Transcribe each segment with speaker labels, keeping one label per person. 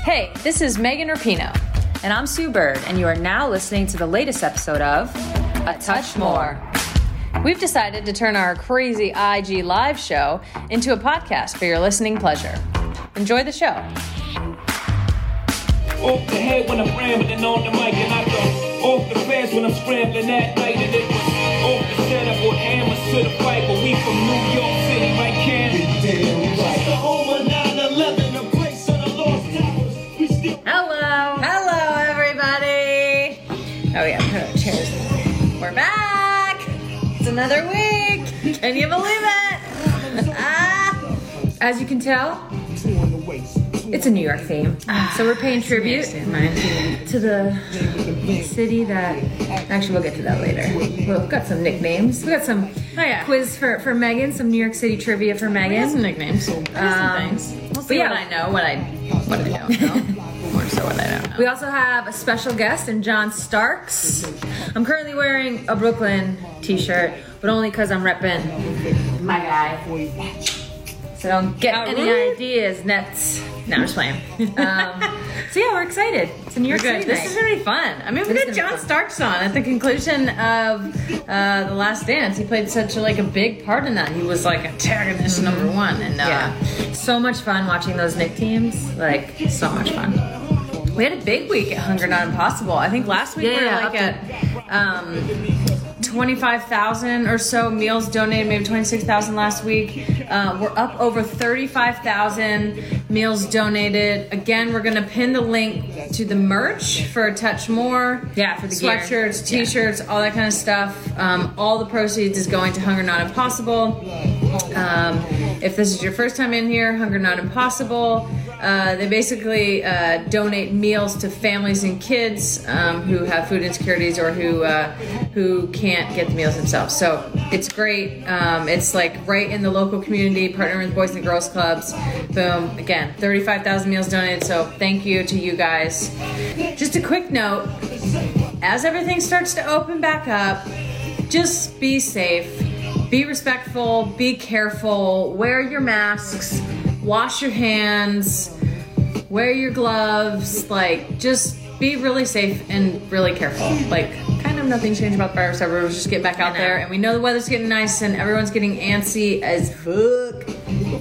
Speaker 1: Hey, this is Megan Rapino.
Speaker 2: And I'm Sue Bird, and you are now listening to the latest episode of A Touch More.
Speaker 1: We've decided to turn our crazy IG live show into a podcast for your listening pleasure. Enjoy the show.
Speaker 3: Off the head when I'm rambling on the mic and I go off the fence when I'm scrambling at night and it was off the setup with hammers to the fight, but we from New York City, right, Cam? It's the home of 9/11, the place of the lost towers. We still.
Speaker 2: Hello. Hello, everybody. Oh, yeah. Oh, cheers. We're back. It's another week. Can you believe it? Ah. As you can tell, it's a New York theme. So
Speaker 4: Ah,
Speaker 2: we're paying tribute to the city that. Actually, we'll get to that later. We've got some nicknames. We've got some
Speaker 4: Oh, yeah.
Speaker 2: quiz for, for Megan, some New York City trivia for
Speaker 4: I
Speaker 2: Megan. Um,
Speaker 4: have some nicknames. I have some things. We'll see
Speaker 2: yeah.
Speaker 4: what I know, what I what I don't know. More so what I don't know.
Speaker 2: We also have a special guest in John Starks. I'm currently wearing a Brooklyn t-shirt, but only because I'm repping my guy. So don't get
Speaker 4: How
Speaker 2: any
Speaker 4: rude.
Speaker 2: ideas, nets.
Speaker 4: No, I'm just playing.
Speaker 2: Um, so yeah, we're excited. It's a New
Speaker 4: You're
Speaker 2: York
Speaker 4: good.
Speaker 2: City
Speaker 4: This
Speaker 2: night.
Speaker 4: is gonna be fun. I mean,
Speaker 2: This
Speaker 4: we got
Speaker 2: is gonna be fun.
Speaker 4: John Starks on at the conclusion of uh, the Last Dance. He played such a, like a big part in that. He was like antagonist number one, and uh,
Speaker 2: yeah, so much fun watching those Nick teams. Like
Speaker 4: so much fun. We had a big week at Hunger Not Impossible. I think last week we were
Speaker 2: Yeah,
Speaker 4: like
Speaker 2: up
Speaker 4: at um, 25,000 or so meals donated, maybe 26,000 last week. Uh, we're up over 35,000 meals donated. Again, we're going to pin the link to the merch for a touch more.
Speaker 2: Yeah, for the gear.
Speaker 4: sweatshirts, t shirts, all that kind of stuff. Um, all the proceeds is going to Hunger Not Impossible. Um, if this is your first time in here, Hunger Not Impossible, uh, they basically uh, donate meals to families and kids um, who have food insecurities or who uh, who can't get the meals themselves. So it's great. Um, it's like right in the local community, partnering with Boys and Girls Clubs. Boom. Again, 35,000 meals donated. So thank you to you guys. Just a quick note as everything starts to open back up, just be safe, be respectful, be careful, wear your masks, wash your hands, wear your gloves, like just be really safe and really careful. Like kind of nothing changed about the virus ever. Just get back out there and we know the weather's getting nice and everyone's getting antsy as fuck.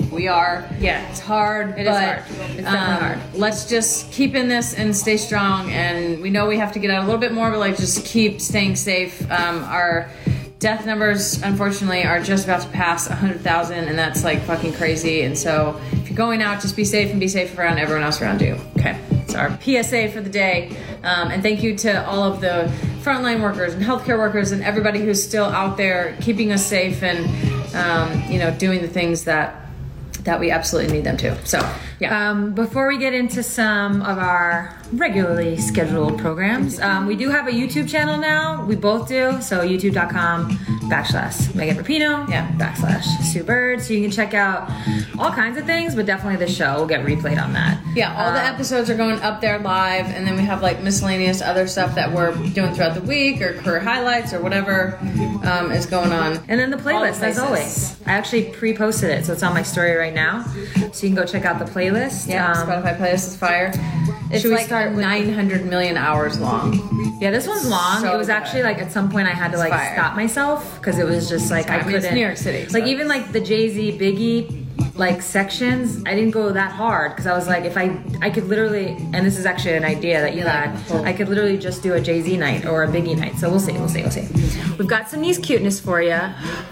Speaker 4: We are.
Speaker 2: Yeah.
Speaker 4: It's hard.
Speaker 2: It is
Speaker 4: but,
Speaker 2: hard. It's definitely
Speaker 4: um,
Speaker 2: hard.
Speaker 4: Let's just keep in this and stay strong. And we know we have to get out a little bit more, but like just keep staying safe. Um, our death numbers, unfortunately, are just about to pass 100,000, and that's like fucking crazy. And so if you're going out, just be safe and be safe around everyone else around you. Okay. It's our PSA for the day. Um, and thank you to all of the frontline workers and healthcare workers and everybody who's still out there keeping us safe and, um, you know, doing the things that that we absolutely need them to. So, yeah.
Speaker 2: Um, before we get into some of our regularly scheduled programs, um, we do have a YouTube channel now. We both do. So youtube.com backslash Megan Rapino,
Speaker 4: Yeah.
Speaker 2: backslash Sue Bird. So you can check out all kinds of things, but definitely the show will get replayed on that.
Speaker 4: yeah, all the
Speaker 2: um,
Speaker 4: episodes are going up there live, and then we have like miscellaneous other stuff that we're doing throughout the week or career highlights or whatever um, is going on.
Speaker 2: And then the playlist,
Speaker 4: the
Speaker 2: as
Speaker 4: places.
Speaker 2: always. I actually pre-posted it, so it's on my story right now. So you can go check out the playlist.
Speaker 4: yeah,
Speaker 2: Um,
Speaker 4: Spotify playlist is fire. It's
Speaker 2: should we
Speaker 4: like
Speaker 2: start with-
Speaker 4: 900 million hours long.
Speaker 2: yeah, this one's long.
Speaker 4: So
Speaker 2: it was actually
Speaker 4: good.
Speaker 2: like at some point I had to like
Speaker 4: fire.
Speaker 2: stop myself because it was just like I
Speaker 4: fire. I mean,
Speaker 2: couldn't.
Speaker 4: it's New York City, so
Speaker 2: Like even like the Jay Z Biggie like sections, I didn't go that hard because I was like, if I I could literally, and this is actually an idea that you had, I could literally just do a Jay Z night or a Biggie night. So we'll see, we'll see, we'll see. We've got some nice cuteness for you.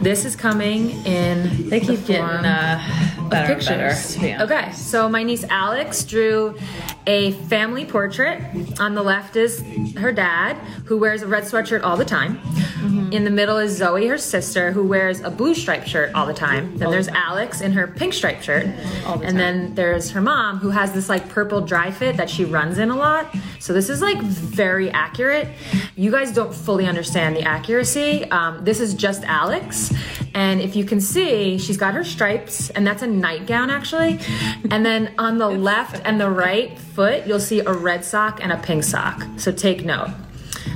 Speaker 2: This is coming in.
Speaker 4: They
Speaker 2: the
Speaker 4: keep getting
Speaker 2: form
Speaker 4: uh, better and
Speaker 2: pictures.
Speaker 4: better. to be honest.
Speaker 2: Okay, so my niece Alex drew a family portrait. On the left is her dad, who wears a red sweatshirt all the time.
Speaker 4: Mm-hmm.
Speaker 2: In the middle is Zoe, her sister, who wears a blue striped shirt all the time. Then there's Alex in her pink striped shirt.
Speaker 4: All the
Speaker 2: And
Speaker 4: time.
Speaker 2: then there's her mom, who has this like purple dry fit that she runs in a lot. So this is like very accurate. You guys don't fully understand the accuracy. Um, this is just Alex. And if you can see, she's got her stripes, and that's a nightgown actually. And then on the left and the right foot, you'll see a red sock and a pink sock. So take note.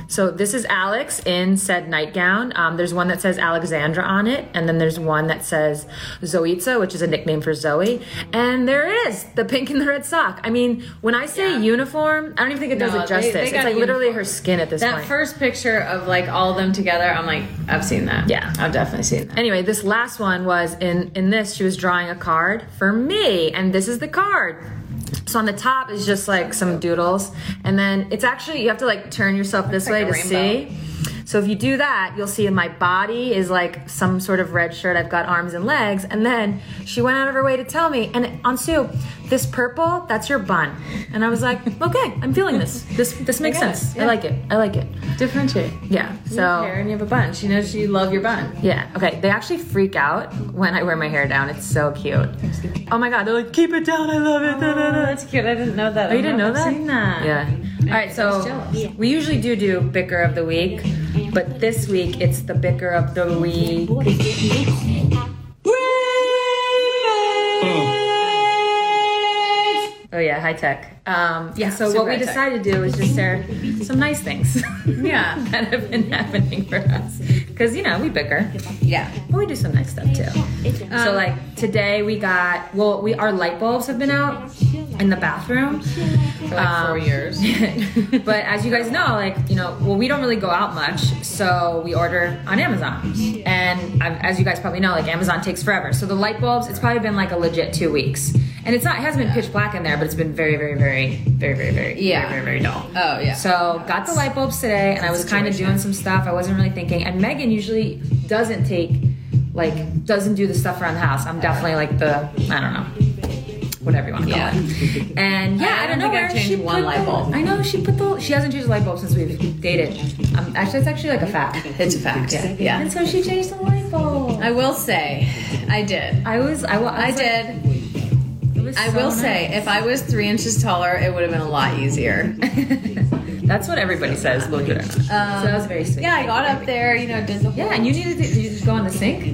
Speaker 2: So this is Alex in said nightgown. Um, there's one that says Alexandra on it, and then there's one that says Zoitza, which is a nickname for Zoe. And there it is, the pink and the red sock. I mean, when I say uniform, I don't even think it does
Speaker 4: No,
Speaker 2: it
Speaker 4: they- they
Speaker 2: justice. it's
Speaker 4: got
Speaker 2: like literally her
Speaker 4: uniform.
Speaker 2: skin at this
Speaker 4: That
Speaker 2: point.
Speaker 4: first picture of like all of them together, I'm like, I've seen that.
Speaker 2: Yeah.
Speaker 4: I've definitely seen that.
Speaker 2: Anyway, this last one was in in this she was drawing a card for me, and this is the card. So on the top is just like some doodles, and then it's actually you have to like turn yourself this way
Speaker 4: like
Speaker 2: to
Speaker 4: a rainbow.
Speaker 2: see. So if you do that, you'll see my body is like some sort of red shirt. I've got arms and legs, and then she went out of her way to tell me, and Ansu, this purple, that's your bun, and I was like, okay, I'm feeling this. This this makes
Speaker 4: got it,
Speaker 2: sense. I
Speaker 4: yeah.
Speaker 2: like it. I like it.
Speaker 4: Differentiate.
Speaker 2: Yeah. So
Speaker 4: and you have a bun. She knows you love your bun.
Speaker 2: yeah. Okay. They actually freak out when I wear my hair down. It's so cute. Oh my god. They're like, keep it down. I love it. Da, da, da.
Speaker 4: that's cute. I didn't know that.
Speaker 2: Oh, you didn't know that?
Speaker 4: I've seen that.
Speaker 2: Yeah. All right. So we usually do do bicker of the week, but this week it's the bicker of the week. Oh yeah, high tech. Um, yeah. So what
Speaker 4: super
Speaker 2: we
Speaker 4: high-tech.
Speaker 2: decided to do is just share some nice things.
Speaker 4: Yeah.
Speaker 2: that have been happening for us. Because you know we bicker,
Speaker 4: Yeah.
Speaker 2: but we do some nice stuff too.
Speaker 4: Um,
Speaker 2: so like today we got well we our light bulbs have been out in the bathroom
Speaker 4: For like four
Speaker 2: Um,
Speaker 4: years.
Speaker 2: but as you guys know like you know well we don't really go out much so we order on amazon and I've, as you guys probably know like amazon takes forever so the light bulbs it's probably been like a legit two weeks and it's not it hasn't been pitch black in there but it's been very very very very very very
Speaker 4: Yeah.
Speaker 2: very very, very dull
Speaker 4: Oh yeah.
Speaker 2: so got the light bulbs today, and I was kind of doing some stuff. I wasn't really thinking. And Megan usually doesn't take, like, doesn't do the stuff around the house. I'm definitely like the, I don't know, whatever you want to call
Speaker 4: Yeah.
Speaker 2: it. And yeah, I,
Speaker 4: I
Speaker 2: don't
Speaker 4: don't
Speaker 2: know
Speaker 4: think
Speaker 2: where
Speaker 4: I've changed
Speaker 2: she
Speaker 4: one
Speaker 2: put
Speaker 4: light
Speaker 2: the-
Speaker 4: bulb.
Speaker 2: I know she put the. She hasn't changed a light bulb since we've dated. Um, actually, that's actually like a fact.
Speaker 4: It's a fact. Yeah.
Speaker 2: And so she changed the light bulb.
Speaker 4: I will say, I did.
Speaker 2: I was, I, wa- I,
Speaker 4: I
Speaker 2: was like,
Speaker 4: did.
Speaker 2: it was
Speaker 4: I
Speaker 2: so
Speaker 4: will
Speaker 2: nice.
Speaker 4: say, if I was three inches taller, it would have been a lot easier.
Speaker 2: that's what everybody says. Believe it or not. so that was very sweet.
Speaker 4: Um, Yeah, I got up there, you know, did the
Speaker 2: Yeah, and you needed to you just go in the sink.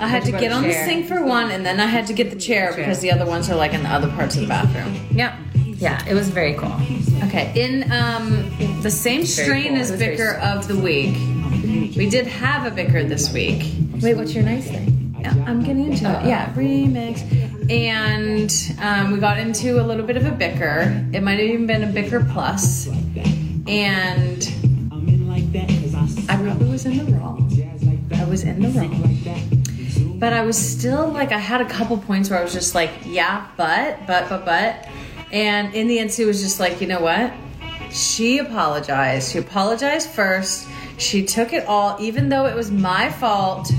Speaker 4: I had to get on the
Speaker 2: Chair.
Speaker 4: sink for one, and then I had to get the chair because the other ones are like in the other parts of the bathroom.
Speaker 2: Yeah. Yeah, it was very cool.
Speaker 4: Okay, in um, the same strain
Speaker 2: cool.
Speaker 4: as
Speaker 2: It was very
Speaker 4: bicker of the week, we did have a bicker this week.
Speaker 2: Wait, what's your nice thing?
Speaker 4: I'm getting into it. Yeah, remix. And um, we got into a little bit of a bicker. It might have even been a bicker plus. And
Speaker 3: I'm in like that because I
Speaker 4: I probably was in the wrong.
Speaker 3: jazz like that.
Speaker 4: I was in the wrong.
Speaker 3: Like that. Zoom
Speaker 4: But I was still like, I had a couple points where I was just like, yeah, but, but, but, but. And in the end, Sue was just like, you know what? She apologized. She apologized first. She took it all, even though it was my fault.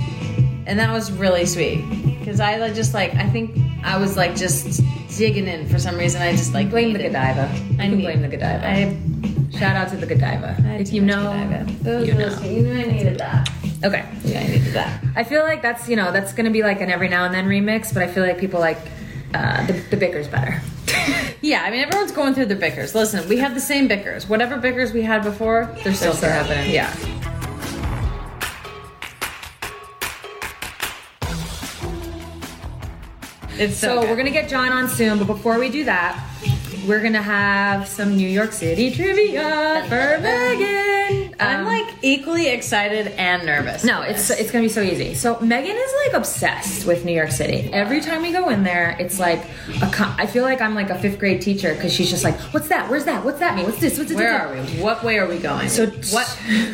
Speaker 4: And that was really sweet. Because I like, just like, I think I was like just digging in for some reason. I just like
Speaker 2: Blame the
Speaker 4: needed-
Speaker 2: Godiva. You
Speaker 4: I
Speaker 2: can
Speaker 4: need-
Speaker 2: blame the Godiva.
Speaker 4: I,
Speaker 2: Shout out to the Godiva.
Speaker 4: I
Speaker 2: If you know,
Speaker 4: Those
Speaker 2: you
Speaker 4: were
Speaker 2: know.
Speaker 4: sweet. you know, I needed that.
Speaker 2: Okay.
Speaker 4: Yeah, I needed that.
Speaker 2: I feel like that's you know that's gonna be like an every now and then remix, but I feel like people like uh, the the bicker's better.
Speaker 4: Yeah, I mean, everyone's going through their bickers. Listen, we have the same bickers. Whatever bickers we had before, they're still,
Speaker 2: still
Speaker 4: there.
Speaker 2: happening.
Speaker 4: Yeah. It's
Speaker 2: So
Speaker 4: so,
Speaker 2: we're gonna get John on soon, but before we do that, we're gonna have some New York City trivia for Megan.
Speaker 4: I'm
Speaker 2: Um,
Speaker 4: like equally excited and nervous.
Speaker 2: No, it's it's gonna be so easy. So Megan is like obsessed with New York City. Every time we go in there, it's like a con- I feel like I'm like a fifth grade teacher because she's just like, what's that? Where's that? What's that mean? What's this? What's this?
Speaker 4: Where are we? What way are we going?
Speaker 2: So-
Speaker 4: what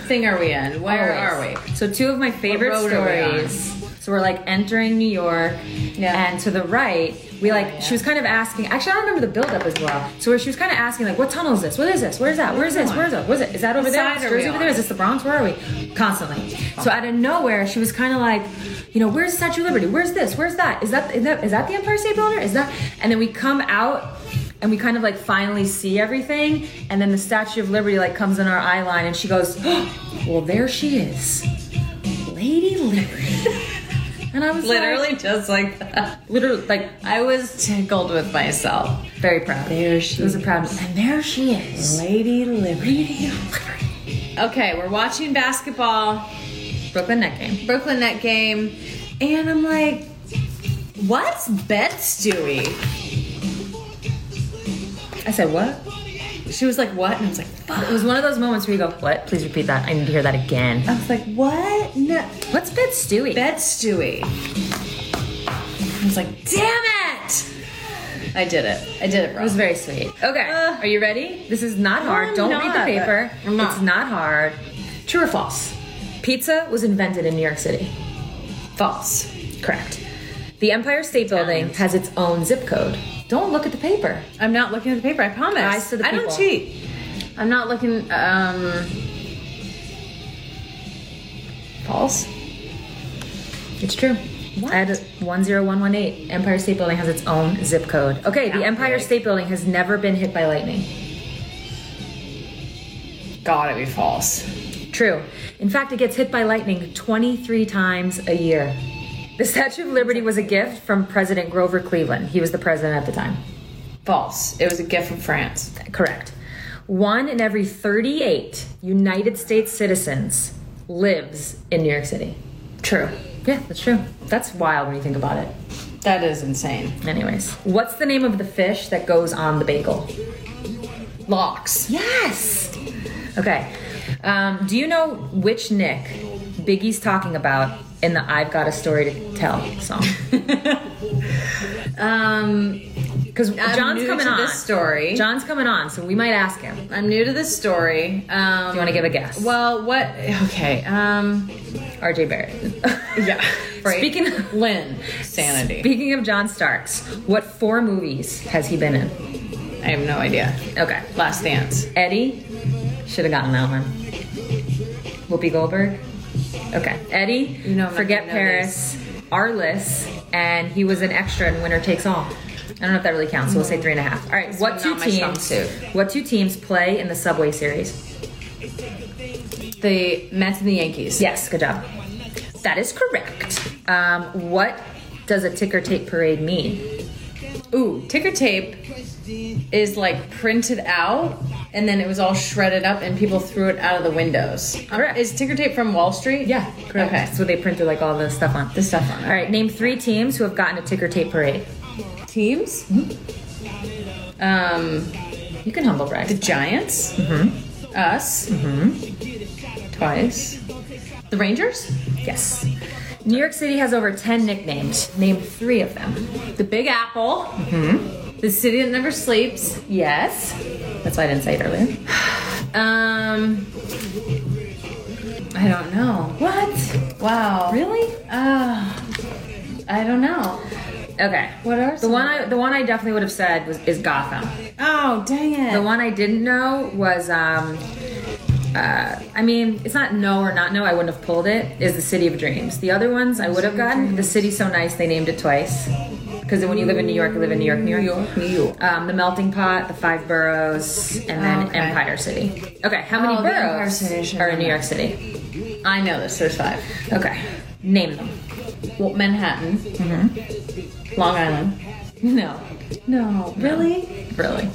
Speaker 4: thing are we in? Where are we?
Speaker 2: So two of my favorite
Speaker 4: road are we on?
Speaker 2: stories. So we're like entering New York,
Speaker 4: Yeah.
Speaker 2: and to the right, we like she was kind of asking. Actually, I don't remember the buildup as well. So where she was kind of asking like, what tunnel is this? What is this? Where's that? Where's this? Where's that? Where's it? Is that over there? Is
Speaker 4: side are we
Speaker 2: Jersey over there?
Speaker 4: on?
Speaker 2: Is this the Bronx? Where are we? Constantly. So out of nowhere, she was kind of like, you know, where's the Statue of Liberty? Where's this? Where's that? Is that is that, is that the Empire State Building? Is that? And then we come out. And we kind of like finally see everything, and then the Statue of Liberty like comes in our eye line, and she goes, "Oh, "Well, there she is, Lady Liberty." And I was like-
Speaker 4: Literally just like that.
Speaker 2: literally, like
Speaker 4: I was tickled with myself.
Speaker 2: very proud.
Speaker 4: There she
Speaker 2: it was a proud, and there she is,
Speaker 4: Lady
Speaker 2: Lady Liberty.
Speaker 4: Okay, we're watching basketball.
Speaker 2: Brooklyn net game.
Speaker 4: Brooklyn net game, and I'm like, what's bets doing?
Speaker 2: I said what?
Speaker 4: she was like, "What?" And I was like, "Fuck."
Speaker 2: It was one of those moments where you go, "What? Please repeat that. I need to hear that again."
Speaker 4: I was like, "What? No,
Speaker 2: What's Bed Stewie?
Speaker 4: bed Stewie." I was like, "Damn it!" I did it. I did
Speaker 2: it
Speaker 4: it
Speaker 2: was
Speaker 4: wrong.
Speaker 2: very sweet. Okay,
Speaker 4: Uh,
Speaker 2: are you ready? This is not hard.
Speaker 4: I'm
Speaker 2: Don't
Speaker 4: not,
Speaker 2: read the paper.
Speaker 4: but I'm not.
Speaker 2: It's not hard. True or false? Pizza was invented in New York City.
Speaker 4: False.
Speaker 2: Correct. The Empire State Building has its own zip code. Don't look at the paper.
Speaker 4: I'm not looking at the paper. I promise.
Speaker 2: Eyes to the
Speaker 4: I don't
Speaker 2: people.
Speaker 4: cheat.
Speaker 2: I'm not looking. Um,
Speaker 4: False.
Speaker 2: It's true. I had a 10118. Empire State Building has its own zip code. Okay, the Empire State Building has never been hit by lightning.
Speaker 4: Gotta be false.
Speaker 2: True. In fact, it gets hit by lightning 23 times a year. The Statue of Liberty was a gift from President Grover Cleveland. He was the president at the time.
Speaker 4: False. It was a gift from France.
Speaker 2: Correct. One in every 38 United States citizens lives in New York City.
Speaker 4: True.
Speaker 2: Yeah, that's true. That's wild when you think about it.
Speaker 4: That is insane.
Speaker 2: Anyways, what's the name of the fish that goes on the bagel?
Speaker 4: Locks.
Speaker 2: Yes. Okay. Um, do you know which Nick Biggie's talking about in the "I've Got a Story to Tell" song?
Speaker 4: Um,
Speaker 2: Because
Speaker 4: I'm
Speaker 2: John's
Speaker 4: new
Speaker 2: coming
Speaker 4: to
Speaker 2: on.
Speaker 4: this story.
Speaker 2: John's coming on, so we might ask him. Do
Speaker 4: I'm new to this story. Um,
Speaker 2: you want to give a guess?
Speaker 4: Well, what? Okay. Um,
Speaker 2: R.J. Barrett.
Speaker 4: yeah. Right.
Speaker 2: Speaking of
Speaker 4: Lynn, sanity.
Speaker 2: Speaking of John Starks, what four movies has he been in?
Speaker 4: I have no idea.
Speaker 2: Okay.
Speaker 4: Last dance.
Speaker 2: Eddie should have gotten that one. Whoopi Goldberg. Okay, Eddie.
Speaker 4: know I'm not
Speaker 2: forget
Speaker 4: gonna know
Speaker 2: Paris. Arliss, and he was an extra in Winner Takes All. I don't know if that really counts, so we'll say three and a half. All right, what
Speaker 4: not
Speaker 2: two
Speaker 4: my strong
Speaker 2: teams?
Speaker 4: suit.
Speaker 2: What two teams play in the Subway Series?
Speaker 4: The Mets and the Yankees.
Speaker 2: Yes, good job. That is correct. Um, what does a ticker tape parade mean?
Speaker 4: Ooh, ticker tape is like printed out, and then it was all shredded up, and people threw it out of the windows. Um,
Speaker 2: Correct.
Speaker 4: Is ticker tape from Wall Street?
Speaker 2: correct.
Speaker 4: Okay.
Speaker 2: So they printed like all the stuff on.
Speaker 4: The stuff on it.
Speaker 2: All right, name three teams who have gotten a ticker tape parade.
Speaker 4: Teams. Um,
Speaker 2: You can humble brag.
Speaker 4: the Giants. Mm-hmm. Us. Twice. The Rangers.
Speaker 2: Mm-hmm. Yes. New York City has over 10 nicknames. Name three of them. Mm-hmm.
Speaker 4: The Big Apple. The city that never sleeps.
Speaker 2: Yes. That's why I didn't say it earlier.
Speaker 4: Um, I don't know.
Speaker 2: What?
Speaker 4: Wow.
Speaker 2: Really?
Speaker 4: Uh, I don't know.
Speaker 2: Okay.
Speaker 4: What are
Speaker 2: The one I the one I definitely would have said was is Gotham.
Speaker 4: Oh dang it!
Speaker 2: The one I didn't know was um uh, I mean, it's not no or not no. I wouldn't have pulled it. Is the city of dreams? The other ones I would have gotten. The city's so nice they named it twice. Because when you live in New York, you live in New York, New York,
Speaker 4: New York.
Speaker 2: Um, the melting pot, the five boroughs, and then
Speaker 4: Oh, okay.
Speaker 2: Empire City. Okay, how many
Speaker 4: Oh, the Empire City
Speaker 2: boroughs
Speaker 4: should
Speaker 2: are
Speaker 4: have
Speaker 2: in New
Speaker 4: been
Speaker 2: York City?
Speaker 4: I know this. There's five.
Speaker 2: Okay, name them. Mm-hmm.
Speaker 4: Well, Manhattan. Mm-hmm. Long Island.
Speaker 2: No,
Speaker 4: No, really?
Speaker 2: really.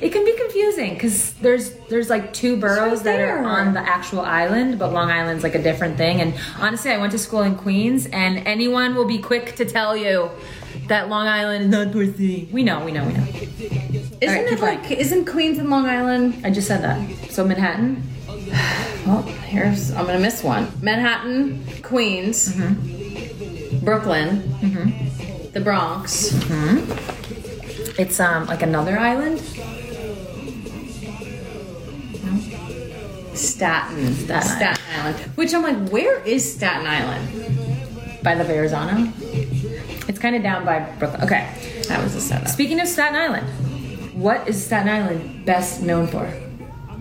Speaker 2: It can be confusing because there's there's like two boroughs that are
Speaker 4: there.
Speaker 2: on the actual island, but Long Island's like a different thing. And honestly, I went to school in Queens, and anyone will be quick to tell you that Long Island is not North Sea. We know, we know, we know.
Speaker 4: Isn't
Speaker 2: Alright,
Speaker 4: it
Speaker 2: keep
Speaker 4: like? Isn't Queens and Long Island?
Speaker 2: I just said that. So Manhattan,
Speaker 4: Oh, here's. I'm gonna miss one. Manhattan, Queens, Mm-hmm. Brooklyn, the Bronx.
Speaker 2: it's um like another island.
Speaker 4: Staten.
Speaker 2: Staten
Speaker 4: Staten Island. Which I'm like, where is Staten Island?
Speaker 2: By the Verrazano? It's kind of down by Brooklyn. Okay.
Speaker 4: That was a setup.
Speaker 2: Speaking of Staten Island, what is Staten Island best known for?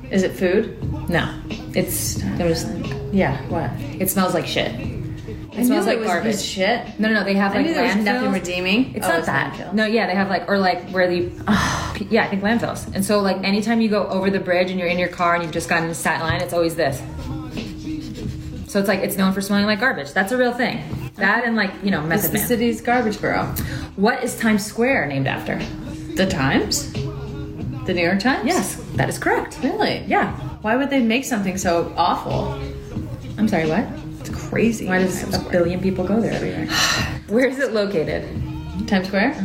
Speaker 4: Is it food?
Speaker 2: No. It's there was yeah, what? It smells like shit. It
Speaker 4: It
Speaker 2: smells like
Speaker 4: was
Speaker 2: garbage.
Speaker 4: Shit.
Speaker 2: No, no, no, they have
Speaker 4: I
Speaker 2: like
Speaker 4: knew there was
Speaker 2: landfills.
Speaker 4: nothing redeeming.
Speaker 2: It's
Speaker 4: Oh,
Speaker 2: not
Speaker 4: it's
Speaker 2: that.
Speaker 4: landfill.
Speaker 2: No, yeah, they have like or like where the yeah, I think landfills. And so like anytime you go over the bridge and you're in your car and you've just gotten into Staten Line, it's always this. So it's like it's known for smelling like garbage. That's a real thing. That and like you know
Speaker 4: It's
Speaker 2: Method
Speaker 4: the
Speaker 2: Man.
Speaker 4: city's garbage borough.
Speaker 2: What is Times Square named after?
Speaker 4: The Times? The New York Times?
Speaker 2: Yes, that is correct.
Speaker 4: Really?
Speaker 2: Yeah.
Speaker 4: Why would they make something so awful?
Speaker 2: I'm sorry, what?
Speaker 4: It's crazy.
Speaker 2: Why does
Speaker 4: Times
Speaker 2: a
Speaker 4: Square?
Speaker 2: billion people go there every year? Where is it located?
Speaker 4: Times Square?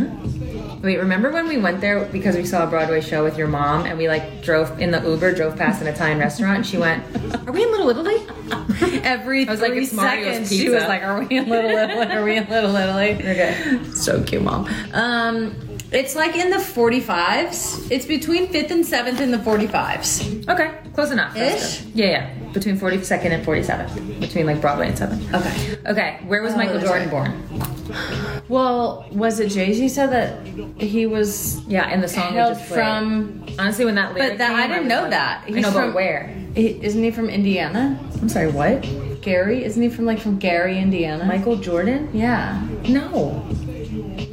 Speaker 2: Wait, remember when we went there because we saw a Broadway show with your mom and we like drove in the Uber, drove past an Italian restaurant and she went, Are we in Little Italy?
Speaker 4: Every
Speaker 2: I was like,
Speaker 4: three
Speaker 2: "It's Mario's
Speaker 4: seconds, she
Speaker 2: pizza."
Speaker 4: was like, "Are we in Little Italy? Are we in Little Italy?"
Speaker 2: Okay.
Speaker 4: So cute, mom. Um, it's like in the 45s. It's between fifth and seventh in the 45s.
Speaker 2: Okay, close enough.
Speaker 4: Ish?
Speaker 2: Yeah, yeah. Between 42nd and 47th. Between like Broadway and 7th.
Speaker 4: Okay.
Speaker 2: Okay, where was Michael
Speaker 4: that's
Speaker 2: Jordan
Speaker 4: right.
Speaker 2: born?
Speaker 4: Well, was it Jay Z said that he was
Speaker 2: Yeah, in the song we
Speaker 4: hailed
Speaker 2: just played.
Speaker 4: from?
Speaker 2: Honestly, when that lyric
Speaker 4: But that
Speaker 2: came,
Speaker 4: I didn't
Speaker 2: was
Speaker 4: know
Speaker 2: like-
Speaker 4: that.
Speaker 2: I
Speaker 4: He's
Speaker 2: know,
Speaker 4: from-
Speaker 2: but where?
Speaker 4: He, isn't he from Indiana?
Speaker 2: I'm sorry, what?
Speaker 4: Gary? Isn't he from like from Gary, Indiana?
Speaker 2: Michael Jordan?
Speaker 4: yeah.
Speaker 2: No.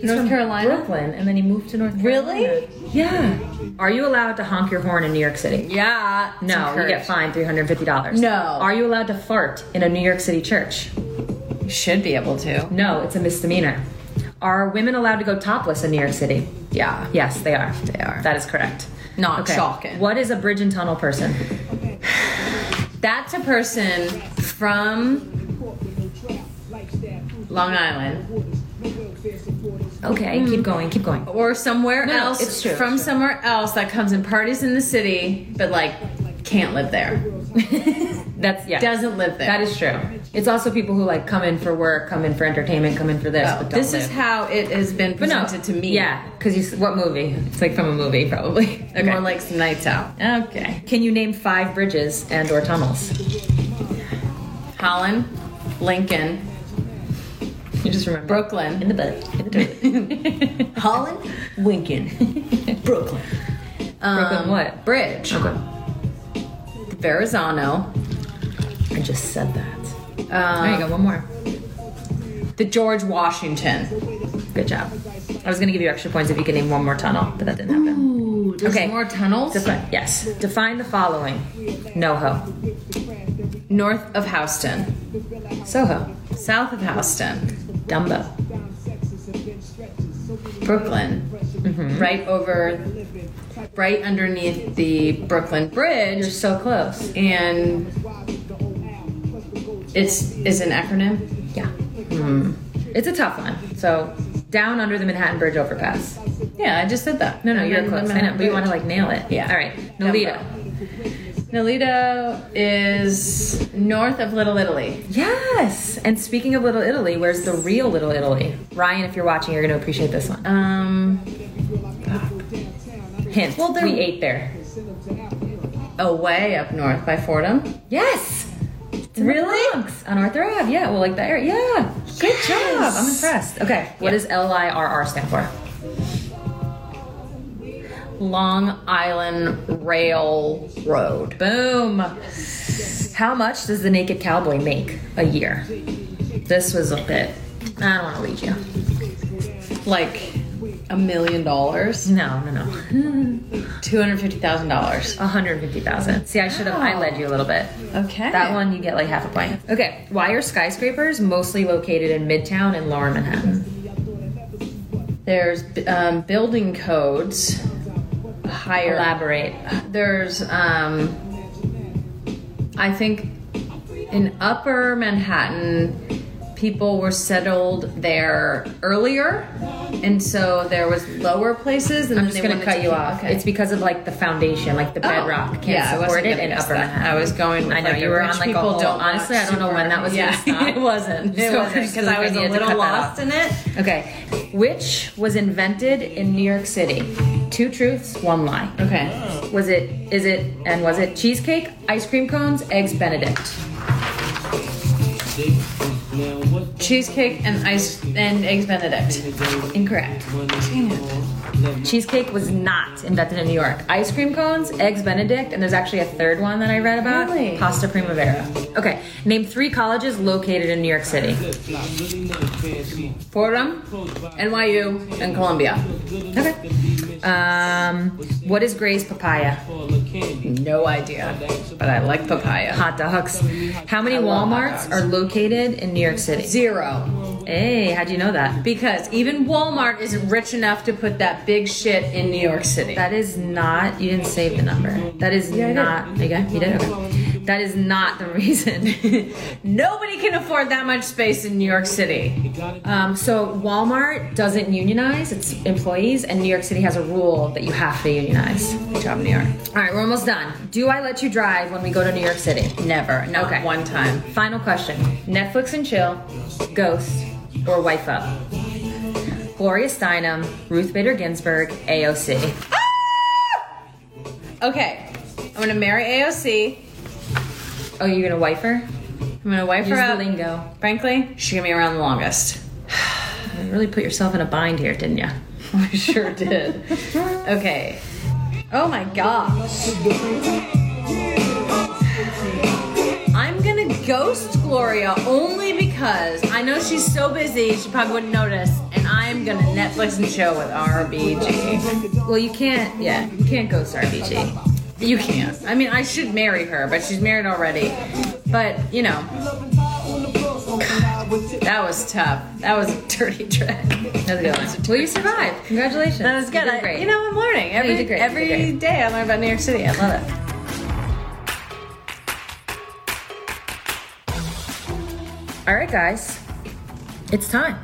Speaker 4: North
Speaker 2: from
Speaker 4: Carolina?
Speaker 2: Brooklyn, and then he moved to North
Speaker 4: Really?
Speaker 2: Carolina. Yeah. Are you allowed to honk your horn in New York City?
Speaker 4: Yeah.
Speaker 2: No, you get fined three hundred fifty dollars.
Speaker 4: No.
Speaker 2: Are you allowed to fart in a New York City church?
Speaker 4: You should be able to.
Speaker 2: No, it's a misdemeanor. Are women allowed to go topless in New York City?
Speaker 4: Yeah.
Speaker 2: Yes, they are.
Speaker 4: They are.
Speaker 2: That is correct.
Speaker 4: Not shocking.
Speaker 2: What is a bridge and tunnel person?
Speaker 4: That's a person from Long Island
Speaker 2: Okay,
Speaker 4: Mm.
Speaker 2: keep going, keep going.
Speaker 4: or somewhere
Speaker 2: no,
Speaker 4: else
Speaker 2: it's true,
Speaker 4: from
Speaker 2: it's true.
Speaker 4: somewhere else that comes and parties in the city but like can't live there.
Speaker 2: That's yeah.
Speaker 4: Doesn't live there.
Speaker 2: that is true. It's also people who like come in for work, come in for entertainment, come in for this.
Speaker 4: Oh,
Speaker 2: but don't
Speaker 4: this is
Speaker 2: live.
Speaker 4: how it has been
Speaker 2: But no,
Speaker 4: presented to me.
Speaker 2: Yeah, because you. s- What movie? It's like from a movie, probably. Okay.
Speaker 4: More like some nights out.
Speaker 2: okay. Can you name five bridges and or tunnels?
Speaker 4: Holland, Lincoln,
Speaker 2: You just remember.
Speaker 4: Brooklyn.
Speaker 2: in the bed. In the toilet.
Speaker 4: Holland? Lincoln. Brooklyn. Um,
Speaker 2: Brooklyn what?
Speaker 4: Bridge.
Speaker 2: Okay.
Speaker 4: Verrazano.
Speaker 2: I just said that. there you
Speaker 4: Um,
Speaker 2: go. One more.
Speaker 4: the George Washington.
Speaker 2: Good job. I was gonna give you extra points if you could name one more tunnel, but that didn't happen.
Speaker 4: okay. more tunnels.
Speaker 2: Defi- yes. Define the following. NoHo.
Speaker 4: North of Houston.
Speaker 2: Soho.
Speaker 4: South of Houston.
Speaker 2: Dumbo.
Speaker 4: Brooklyn. Right over, right underneath the Brooklyn
Speaker 2: You're
Speaker 4: Bridge.
Speaker 2: so close.
Speaker 4: And it's is an acronym.
Speaker 2: Yeah. Mm-hmm. It's a tough one. So down under the Manhattan Bridge overpass.
Speaker 4: Yeah, I just said that.
Speaker 2: No, no,
Speaker 4: And
Speaker 2: you're
Speaker 4: then
Speaker 2: close.
Speaker 4: the
Speaker 2: I know, but you
Speaker 4: Manhattan
Speaker 2: want to like nail it.
Speaker 4: Yeah.
Speaker 2: All right. Nolita.
Speaker 4: Nolito is north of Little Italy.
Speaker 2: Yes. And speaking of Little Italy, where's the real Little Italy? Ryan, if you're watching, you're going to appreciate this one.
Speaker 4: Um,
Speaker 2: Hint. Well, we ate there.
Speaker 4: oh, way up north by Fordham.
Speaker 2: Yes. really? On Arthur Ave. Yeah. Well, like there. Yeah. Good job. I'm impressed. Okay. What does L I R R stand for?
Speaker 4: Long Island Rail Road.
Speaker 2: Boom. How much does the naked cowboy make a year? This was a bit. I don't want to lead you.
Speaker 4: Like a million dollars,
Speaker 2: No, no, no.
Speaker 4: two hundred fifty thousand dollars.
Speaker 2: 150,000. See, I should have I led you a little bit.
Speaker 4: Okay,
Speaker 2: That one you get like half a point. Okay, why are skyscrapers mostly located in Midtown and Lower Manhattan?
Speaker 4: There's um, building codes. Higher.
Speaker 2: Elaborate.
Speaker 4: There's um, I think in Upper Manhattan, people were settled there earlier, and so there was lower places. And
Speaker 2: I'm
Speaker 4: then
Speaker 2: just
Speaker 4: they
Speaker 2: gonna
Speaker 4: wanted
Speaker 2: cut
Speaker 4: to
Speaker 2: you
Speaker 4: keep-
Speaker 2: off.
Speaker 4: Okay.
Speaker 2: It's because of like the foundation, like the
Speaker 4: Oh,
Speaker 2: bedrock can't
Speaker 4: yeah, I
Speaker 2: support
Speaker 4: wasn't
Speaker 2: it
Speaker 4: gonna
Speaker 2: in
Speaker 4: guess
Speaker 2: Upper
Speaker 4: that.
Speaker 2: Manhattan.
Speaker 4: I was going. With
Speaker 2: I know,
Speaker 4: like
Speaker 2: you
Speaker 4: a
Speaker 2: were
Speaker 4: rich
Speaker 2: on, like, a
Speaker 4: people
Speaker 2: whole-
Speaker 4: don't.
Speaker 2: honestly, I don't know when that was gonna
Speaker 4: Yeah,
Speaker 2: stop.
Speaker 4: it wasn't. It
Speaker 2: So
Speaker 4: wasn't
Speaker 2: it's
Speaker 4: because
Speaker 2: like
Speaker 4: I
Speaker 2: I
Speaker 4: was a
Speaker 2: needed to
Speaker 4: little
Speaker 2: cut that off.
Speaker 4: lost in it.
Speaker 2: Okay, which was invented in New York City? Two truths, one lie.
Speaker 4: Okay.
Speaker 2: Was it, is it, and was it cheesecake, ice cream cones, eggs benedict?
Speaker 4: Cheesecake and ice and eggs Benedict.
Speaker 2: Incorrect. Cheesecake was not invented in New York. Ice cream cones, eggs benedict, and there's actually a third one that I read about,
Speaker 4: Really?
Speaker 2: pasta primavera. Okay, name three colleges located in New York City.
Speaker 4: Fordham, NYU, and Columbia.
Speaker 2: Okay. Um, what is Gray's papaya?
Speaker 4: No idea, but I like papaya.
Speaker 2: Hot dogs. How many
Speaker 4: love hot
Speaker 2: Walmarts
Speaker 4: dogs.
Speaker 2: are located in New York City?
Speaker 4: Zero.
Speaker 2: Hey, how'd you know that?
Speaker 4: Because even Walmart isn't rich enough to put that big shit in New York City.
Speaker 2: That is not. You didn't save the number. That is
Speaker 4: I did.
Speaker 2: not. Okay, you did. Okay.
Speaker 4: That is not the reason. Nobody can afford that much space in New York City.
Speaker 5: Um, so Walmart doesn't unionize its employees, and New York City has a rule that you have to unionize.
Speaker 4: Good job, New York.
Speaker 5: All right, we're almost done. Do I let you drive when we go to New York City?
Speaker 4: Never, not
Speaker 5: Okay.
Speaker 4: one time.
Speaker 5: Final question: Netflix and chill, Ghost, or Wife Up? Gloria Steinem, Ruth Bader Ginsburg, AOC.
Speaker 4: Okay, I'm gonna marry AOC.
Speaker 5: Oh, you're gonna wife her?
Speaker 4: I'm gonna wipe
Speaker 5: Use
Speaker 4: her
Speaker 5: the
Speaker 4: out.
Speaker 5: lingo.
Speaker 4: Frankly, she's gonna be around the longest.
Speaker 5: You really put yourself in a bind here, didn't you?
Speaker 4: I sure did. Okay. Oh my gosh. I'm gonna ghost Gloria only because I know she's so busy she probably wouldn't notice, and I'm gonna Netflix and chill with RBG.
Speaker 5: Well, you can't.
Speaker 4: Yeah, you can't ghost RBG. You can't. I mean, I should marry her, but she's married already. But you know, God, that was tough. That was a dirty trick.
Speaker 5: That's a good one. Well, you survived. Congratulations.
Speaker 4: That was
Speaker 5: You
Speaker 4: good.
Speaker 5: did
Speaker 4: I-
Speaker 5: great.
Speaker 4: you know, I'm learning every
Speaker 5: you did great. You
Speaker 4: every
Speaker 5: did great.
Speaker 4: day I learn about New York City. I love it.
Speaker 5: All right, guys, it's time.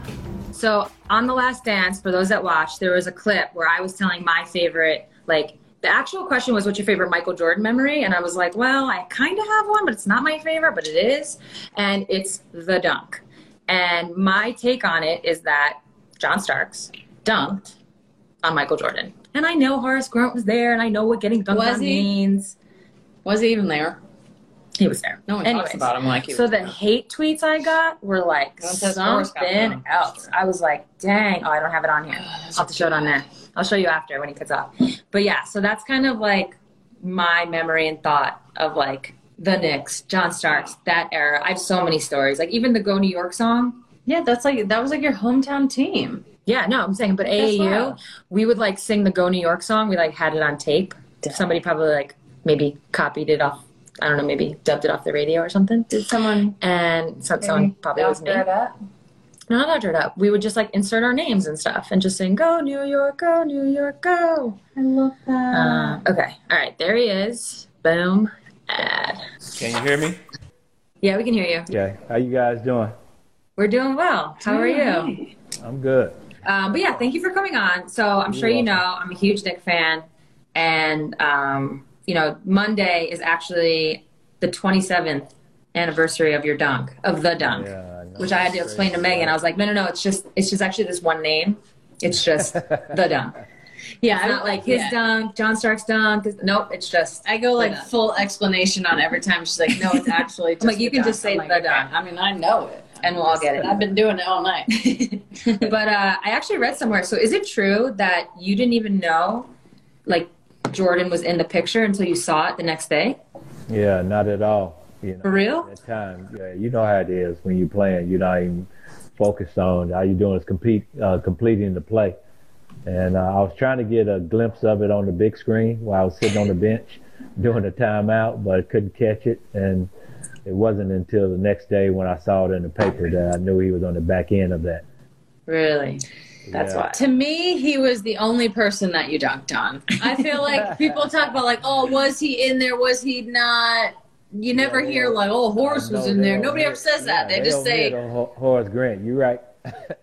Speaker 5: So on the Last Dance, for those that watched, there was a clip where I was telling my favorite. Like the actual question was, "What's your favorite Michael Jordan memory?" And I was like, "Well, I kind of have one, but it's not my favorite, but it is, and it's the dunk." And my take on it is that John Starks dunked on Michael Jordan, and I know Horace Grant was there, and I know what getting dunked
Speaker 4: Was
Speaker 5: on
Speaker 4: he?
Speaker 5: means.
Speaker 4: Was he even there?
Speaker 5: He was there.
Speaker 4: No one
Speaker 5: Anyways,
Speaker 4: talks about him like he
Speaker 5: So
Speaker 4: was
Speaker 5: the
Speaker 4: there.
Speaker 5: hate tweets I got were like
Speaker 4: No one says Forrest got it
Speaker 5: something
Speaker 4: on.
Speaker 5: else. I was like, dang. Oh, I don't have it on here. I'll have to show it on there. I'll show you after when he cuts off. But yeah, so that's kind of like my memory and thought of like the Knicks, John Starks, that era. I have so many stories. Like even the Go New York song.
Speaker 4: Yeah, that's like that was like your hometown team.
Speaker 5: Yeah, no, I'm saying, but AAU,
Speaker 4: wild.
Speaker 5: we would like sing the Go New York song. We like had it on tape. Somebody probably like maybe copied it off. I don't know, maybe dubbed it off the radio or something.
Speaker 4: Did someone
Speaker 5: and so someone probably was me.
Speaker 4: up?
Speaker 5: Not after it up. We would just like insert our names and stuff and just sing "Go New York, Go New York, Go."
Speaker 4: I love that.
Speaker 5: Uh, okay, all right, there he is. Boom. Ad.
Speaker 6: Can you hear me?
Speaker 5: Yeah, we can hear you.
Speaker 6: Yeah. How you guys doing?
Speaker 5: We're doing well. How are you?
Speaker 6: I'm good.
Speaker 5: Um, but yeah, thank you for coming on. So I'm sure you know I'm a huge Nick fan, and um, you know Monday is actually the 27th anniversary of your dunk of the dunk.
Speaker 6: Yeah. know.
Speaker 5: which Um, I had to explain to Megan. I was like, no, no, no, it's just it's just actually this one name. It's just the dunk. Yeah, it's not like his
Speaker 4: yeah.
Speaker 5: dunk, John Stark's dunk. His, nope, it's just.
Speaker 4: I go like
Speaker 5: Dunk.
Speaker 4: full explanation on every time. She's like, no, it's actually. Just
Speaker 5: like, you
Speaker 4: the
Speaker 5: can
Speaker 4: dunk.
Speaker 5: just say
Speaker 4: I'm like,
Speaker 5: the
Speaker 4: okay.
Speaker 5: dunk.
Speaker 4: I mean, I know it,
Speaker 5: And we'll all get it.
Speaker 4: I've been doing it all night.
Speaker 5: but uh, I actually read somewhere. So is it true that you didn't even know, like, Jordan was in the picture until you saw it the next day?
Speaker 6: Yeah, not at all. You know,
Speaker 5: For real?
Speaker 6: At time, yeah, you know how it is when you're playing. You're not even focused on how you're doing is complete uh, completing the play. And uh, I was trying to get a glimpse of it on the big screen while I was sitting on the bench doing the timeout, but I couldn't catch it. And it wasn't until the next day when I saw it in the paper that I knew he was on the back end of that.
Speaker 5: Really?
Speaker 6: That's why.
Speaker 4: To me, he was the only person that you dunked on. I feel like people talk about like, oh, was he in there? Was he not? You never
Speaker 6: Yeah,
Speaker 4: hear
Speaker 6: yeah.
Speaker 4: like, oh, Horace
Speaker 6: No,
Speaker 4: was
Speaker 6: they
Speaker 4: in there.
Speaker 6: don't
Speaker 4: Nobody
Speaker 6: hit-
Speaker 4: ever says that.
Speaker 6: yeah,
Speaker 4: They just
Speaker 6: don't
Speaker 4: say,
Speaker 6: hit on Ho- Horace Grant. You're right.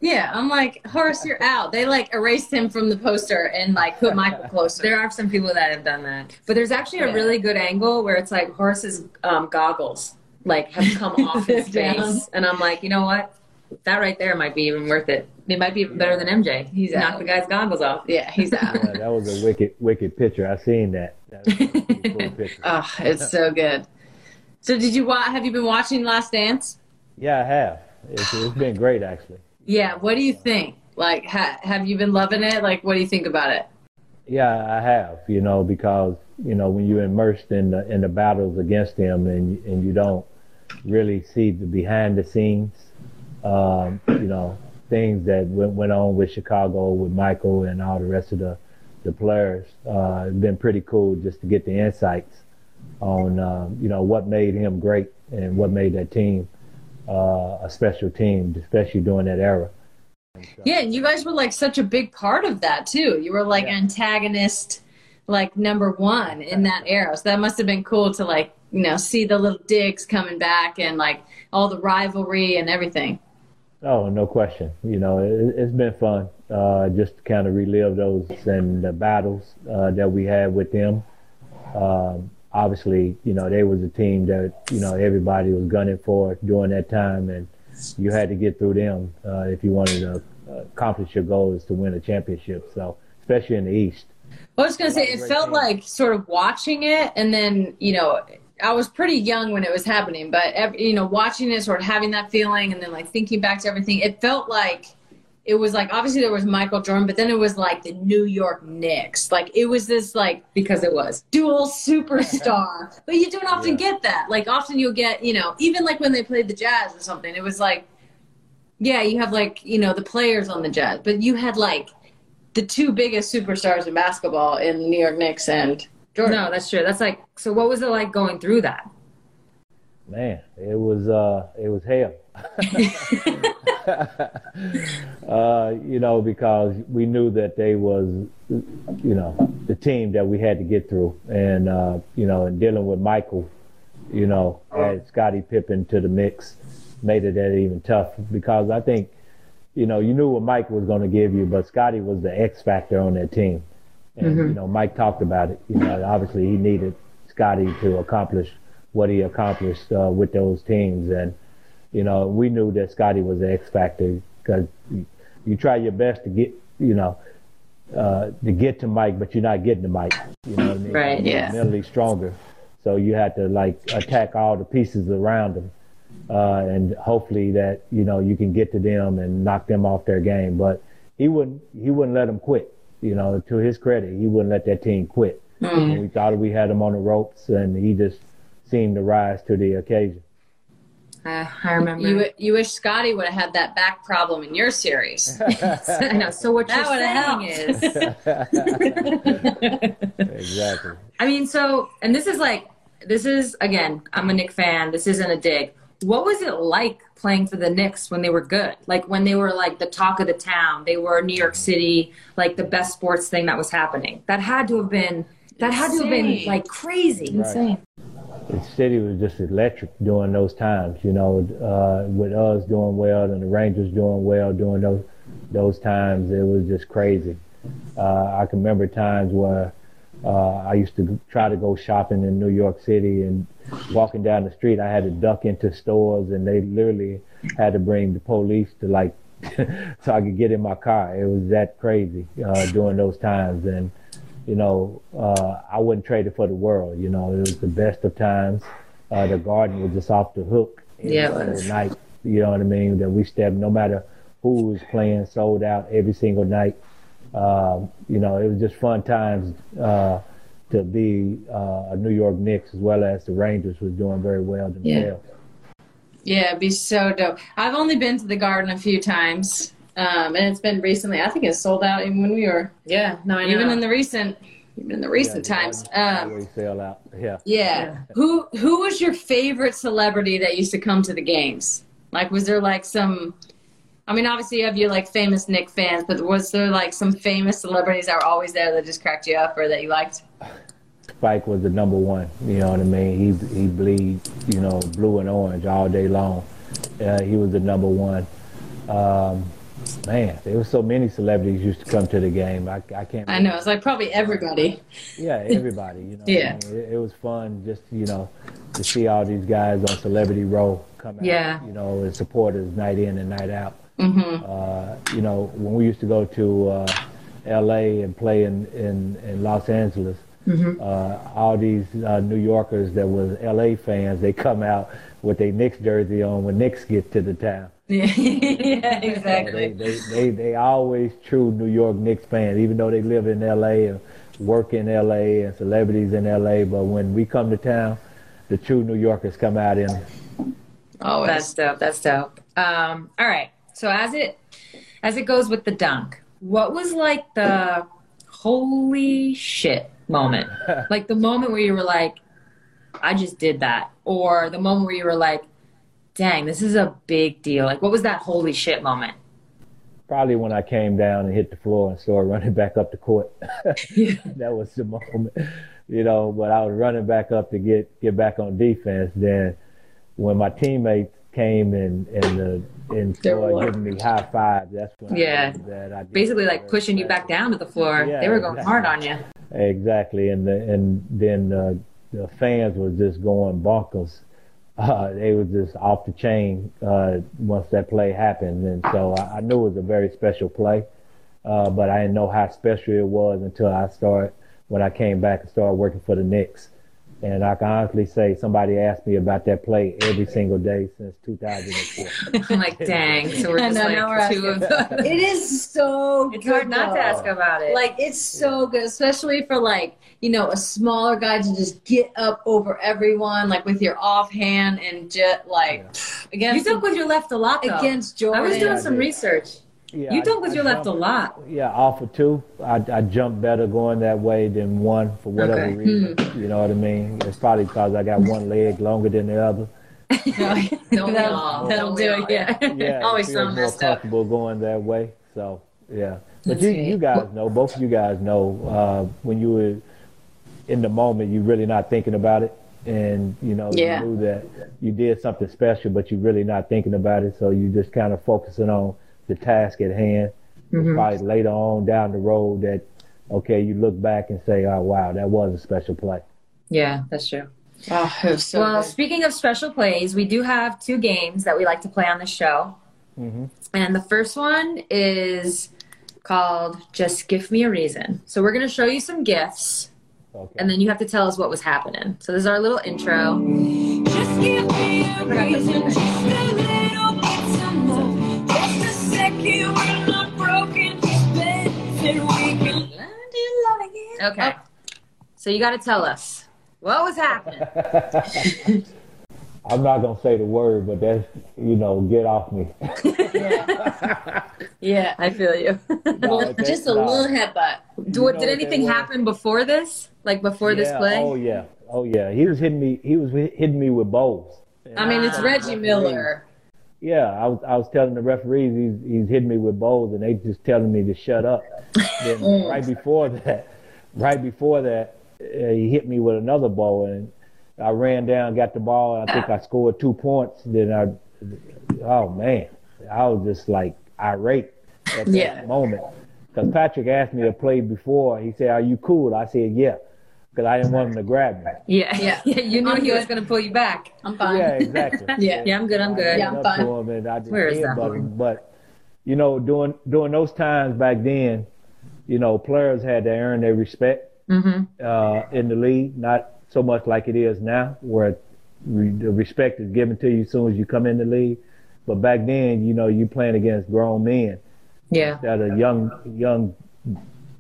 Speaker 4: yeah. I'm like, Horace, you're out. They like erased him from the poster and like put Michael closer.
Speaker 5: There are some people that have done that. But there's actually a
Speaker 4: Yeah.
Speaker 5: really good angle where it's like Horace's um, goggles like have come off his
Speaker 4: Down.
Speaker 5: face, and I'm like, you know what? That right there might be even worth it. It might be even better than MJ. He's
Speaker 4: Yeah.
Speaker 5: knocked the guy's goggles off.
Speaker 4: yeah, he's out.
Speaker 6: Yeah, that was a wicked, wicked picture. I seen that. That was a pretty cool picture.
Speaker 4: Oh, it's so good. So did you watch? Have you been watching Last Dance?
Speaker 6: Yeah, I have. It's, it's been great, actually.
Speaker 4: Yeah. What do you think? Like, ha- have you been loving it? Like, what do you think about it?
Speaker 6: Yeah, I have. You know, because you know when you're immersed in the in the battles against them, and and you don't really see the behind the scenes, um, you know, things that went went on with Chicago, with Michael, and all the rest of the the players. Uh, it's been pretty cool just to get the insights on uh, you know what made him great and what made that team uh, a special team, especially during that era.
Speaker 4: Yeah, and you guys were like such a big part of that too. You were like
Speaker 6: Yeah.
Speaker 4: antagonist, like number one in that era. So that must have been cool to like, you know, see the little digs coming back and like all the rivalry and everything.
Speaker 6: Oh, no question. You know, it, it's been fun uh, just to kind of relive those and the battles uh, that we had with them. Um, obviously, you know, they was a team that you know everybody was gunning for during that time, and you had to get through them uh, if you wanted to uh, accomplish your goal is to win a championship. So, especially in the East.
Speaker 4: I was going to say, it felt like sort of watching it, and then, you know, I was pretty young when it was happening, but, ev- you know, watching it, sort of having that feeling, and then like thinking back to everything, it felt like it was like obviously there was Michael Jordan, but then it was like the New York Knicks. Like it was this like
Speaker 2: because it was.
Speaker 4: dual superstar. but you don't often get that. Like often you'll get, you know, even like when they played the Jazz or something, it was like, yeah, you have like, you know, the players on the Jazz, but you had like the two biggest superstars in basketball in the New York Knicks and Jordan.
Speaker 2: No, that's true. That's like so. What was it like going through that?
Speaker 6: Man, it was uh, it was hell. uh, you know, because we knew that they was, you know, the team that we had to get through, and uh, you know, and dealing with Michael, you know, add Scottie Pippen to the mix, made it that even tough because I think, you know, you knew what Mike was going to give you, but Scotty was the X factor on that team, and you know, Mike talked about it. You know, obviously he needed Scotty to accomplish what he accomplished uh, with those teams, and you know, we knew that Scotty was the X factor because you, you try your best to get, you know, uh, to get to Mike, but you're not getting to Mike. You know what I mean?
Speaker 4: Right,
Speaker 6: He's
Speaker 4: yeah.
Speaker 6: Mentally stronger, so you had to like attack all the pieces around him, uh, and hopefully that you know you can get to them and knock them off their game. But he wouldn't, he wouldn't let them quit. You know, to his credit, he wouldn't let that team quit. And we thought we had him on the ropes, and he just seemed to rise to the occasion.
Speaker 2: Uh, I remember.
Speaker 4: You, you wish Scotty would have had that back problem in your series.
Speaker 2: I know. So what
Speaker 4: That would have
Speaker 2: you're saying
Speaker 4: helped.
Speaker 2: is,
Speaker 6: Exactly.
Speaker 2: I mean, so and this is like, this is again, I'm a Nick fan. This isn't a dig. What was it like playing for the Knicks when they were good? Like when they were like the talk of the town. They were New York City, like the best sports thing that was happening. That had to have been. That had to have been
Speaker 4: Insane.
Speaker 2: like crazy.
Speaker 6: Insane. the city was just electric during those times, you know, uh, with us doing well and the Rangers doing well during those those times. It was just crazy. Uh, I can remember times where uh, I used to try to go shopping in New York City and walking down the street, I had to duck into stores and they literally had to bring the police to like, so I could get in my car. It was that crazy uh, during those times. And, you know, uh, I wouldn't trade it for the world. You know, it was the best of times. Uh, the garden was just off the hook.
Speaker 4: Yeah, it
Speaker 6: Every
Speaker 4: was.
Speaker 6: Night, you know what I mean? That we stepped, no matter who was playing, sold out every single night. Uh, you know, it was just fun times uh, to be uh, a New York Knicks as well as the Rangers was doing very well themselves.
Speaker 4: Yeah, it'd be so dope. I've only been to the garden a few times, um, and it's been recently. I think it sold out even when we were
Speaker 2: Yeah. No, I know.
Speaker 4: even in the recent even in the recent times. Um,
Speaker 6: Always sell out. Yeah.
Speaker 4: yeah. Who who was your favorite celebrity that used to come to the games? Like was there like some I mean obviously you have your like famous Nick fans, but was there like some famous celebrities that were always there that just cracked you up or that you liked?
Speaker 6: Spike was the number one. You know what I mean? He he bleed, you know, blue and orange all day long. Uh, he was the number one. Um, man, there were so many celebrities used to come to the game. I, I can't.
Speaker 4: I know, it's like probably everybody.
Speaker 6: Yeah, everybody. You know. what I
Speaker 4: Yeah.
Speaker 6: mean? it, it was fun just you know to see all these guys on Celebrity Row come out.
Speaker 2: Yeah.
Speaker 6: You know, and supporters night in and night out.
Speaker 4: Mm-hmm.
Speaker 6: Uh, you know, when we used to go to uh, L.A. and play in in, in Los Angeles,
Speaker 4: Mm-hmm.
Speaker 6: uh, all these uh, New Yorkers that was L.A. fans, they come out with their Knicks jersey on when Knicks get to the town.
Speaker 4: yeah, exactly.
Speaker 6: They, they, they, they always true New York Knicks fans, even though they live in LA and work in LA and celebrities in LA. But when we come to town, the true New Yorkers come out in.
Speaker 4: Always.
Speaker 2: That's dope. That's dope. Um, all right. So as it as it goes with the dunk, what was like the holy shit moment? like the moment where you were like, I just did that, or the moment where you were like, Dang, this is a big deal. Like, what was that holy shit moment?
Speaker 6: probably when I came down and hit the floor and started running back up the court. that was the moment, you know. But I was running back up to get get back on defense. Then when my teammates came and and the and started giving me high fives, that's when I
Speaker 5: Yeah.
Speaker 6: knew that I did
Speaker 5: Basically,
Speaker 6: it.
Speaker 5: like pushing you back down to the floor.
Speaker 6: Yeah,
Speaker 5: they were going
Speaker 6: exactly.
Speaker 5: hard on you.
Speaker 6: Exactly, and the, and then uh, the fans was just going bonkers. Uh, they was just off the chain uh, once that play happened, and so I, I knew it was a very special play, uh, but I didn't know how special it was until I started when I came back and started working for the Knicks. And I can honestly say somebody asked me about that play every single day since 2004.
Speaker 5: I'm like, dang. So we're just
Speaker 2: know, now we're
Speaker 5: like two of them.
Speaker 2: It is so
Speaker 5: It's
Speaker 2: good.
Speaker 5: hard not to
Speaker 2: though.
Speaker 5: ask about it.
Speaker 2: Like it's so good, especially for like you know a smaller guy to just get up over everyone like with your offhand and just like
Speaker 5: you
Speaker 2: against
Speaker 5: dunk with your left a lot though.
Speaker 2: against Jordan.
Speaker 5: I was doing
Speaker 6: I
Speaker 5: some
Speaker 6: did.
Speaker 5: research.
Speaker 6: Yeah,
Speaker 5: You
Speaker 6: I-
Speaker 5: dunk with
Speaker 6: I
Speaker 5: your left a
Speaker 6: jumped-
Speaker 5: lot.
Speaker 6: Yeah, off of two, I, I jump better going that way than one for whatever
Speaker 5: Okay.
Speaker 6: reason. You know what I mean? It's probably because I got one leg longer than the other.
Speaker 5: Don't we
Speaker 2: That'll-
Speaker 5: all?
Speaker 2: that'll
Speaker 5: Don't we
Speaker 2: do
Speaker 5: all?
Speaker 2: it, yeah.
Speaker 6: Yeah,
Speaker 5: Always
Speaker 6: it
Speaker 5: so
Speaker 6: feels more
Speaker 5: messed up.
Speaker 6: comfortable going that way. So yeah, but you, you guys know, both of you guys know, uh, when you were in the moment, you're really not thinking about it, and you know
Speaker 2: Yeah.
Speaker 6: you knew that you did something special, but you're really not thinking about it. So you're just kind of focusing on the task at hand.
Speaker 5: Mm-hmm.
Speaker 6: It's probably later on down the road that okay, you look back and say, oh wow, that was a special play.
Speaker 5: Yeah, that's true.
Speaker 2: Oh, it was so
Speaker 5: Well, speaking of special plays, we do have two games that we like to play on the show. Mm-hmm. And the first one is called Just Give Me a Reason. So we're going to show you some gifts,
Speaker 6: Okay.
Speaker 5: and then you have to tell us what was happening. So this is our little intro.
Speaker 7: Just give me a reason, just a little bit some more. Just a second, we're not broken, just dancing. We can learn to love again.
Speaker 5: Okay. Oh. So you got to tell us what was happening.
Speaker 6: I'm not gonna say the word, but that's you know, get off me.
Speaker 5: yeah, I feel you.
Speaker 6: No, that-
Speaker 2: just a
Speaker 6: no.
Speaker 2: little headbutt.
Speaker 5: Do,
Speaker 6: know what
Speaker 5: did
Speaker 6: they
Speaker 5: anything
Speaker 6: were.
Speaker 5: happen before this? Like before this
Speaker 6: Yeah,
Speaker 5: play?
Speaker 6: Oh yeah, oh yeah. He was hitting me. He was hitting me with bowls.
Speaker 2: I mean, it's Reggie Miller.
Speaker 6: Yeah, I was I was telling the referees he's he's hitting me with bowls, and they just telling me to shut up. Then
Speaker 2: Mm.
Speaker 6: right before that, right before that, uh, he hit me with another bowl, and I ran down, got the ball, and I think I scored two points. Then I, oh man, I was just like irate at that
Speaker 2: Yeah.
Speaker 6: moment because Patrick asked me to play before. He said, "Are you cool?" I said, "Yeah," because I didn't want him to grab me.
Speaker 5: Yeah.
Speaker 2: Yeah.
Speaker 5: you knew
Speaker 2: I'm
Speaker 5: he was
Speaker 2: good.
Speaker 5: going to pull you back.
Speaker 2: I'm fine.
Speaker 6: Yeah, exactly.
Speaker 2: Yeah.
Speaker 5: Yeah, I'm good. I'm good.
Speaker 2: Yeah.
Speaker 6: I went
Speaker 2: fine.
Speaker 6: up to him and I just
Speaker 5: Where is that
Speaker 6: headbutted
Speaker 5: one?
Speaker 6: him. But you know, during during those times back then, you know, players had to earn their respect
Speaker 5: Mm-hmm.
Speaker 6: uh, in the league. Not so much like it is now, where re- the respect is given to you as soon as you come in the league. But back then, you know, you playing against grown men
Speaker 5: Yeah.
Speaker 6: that are young young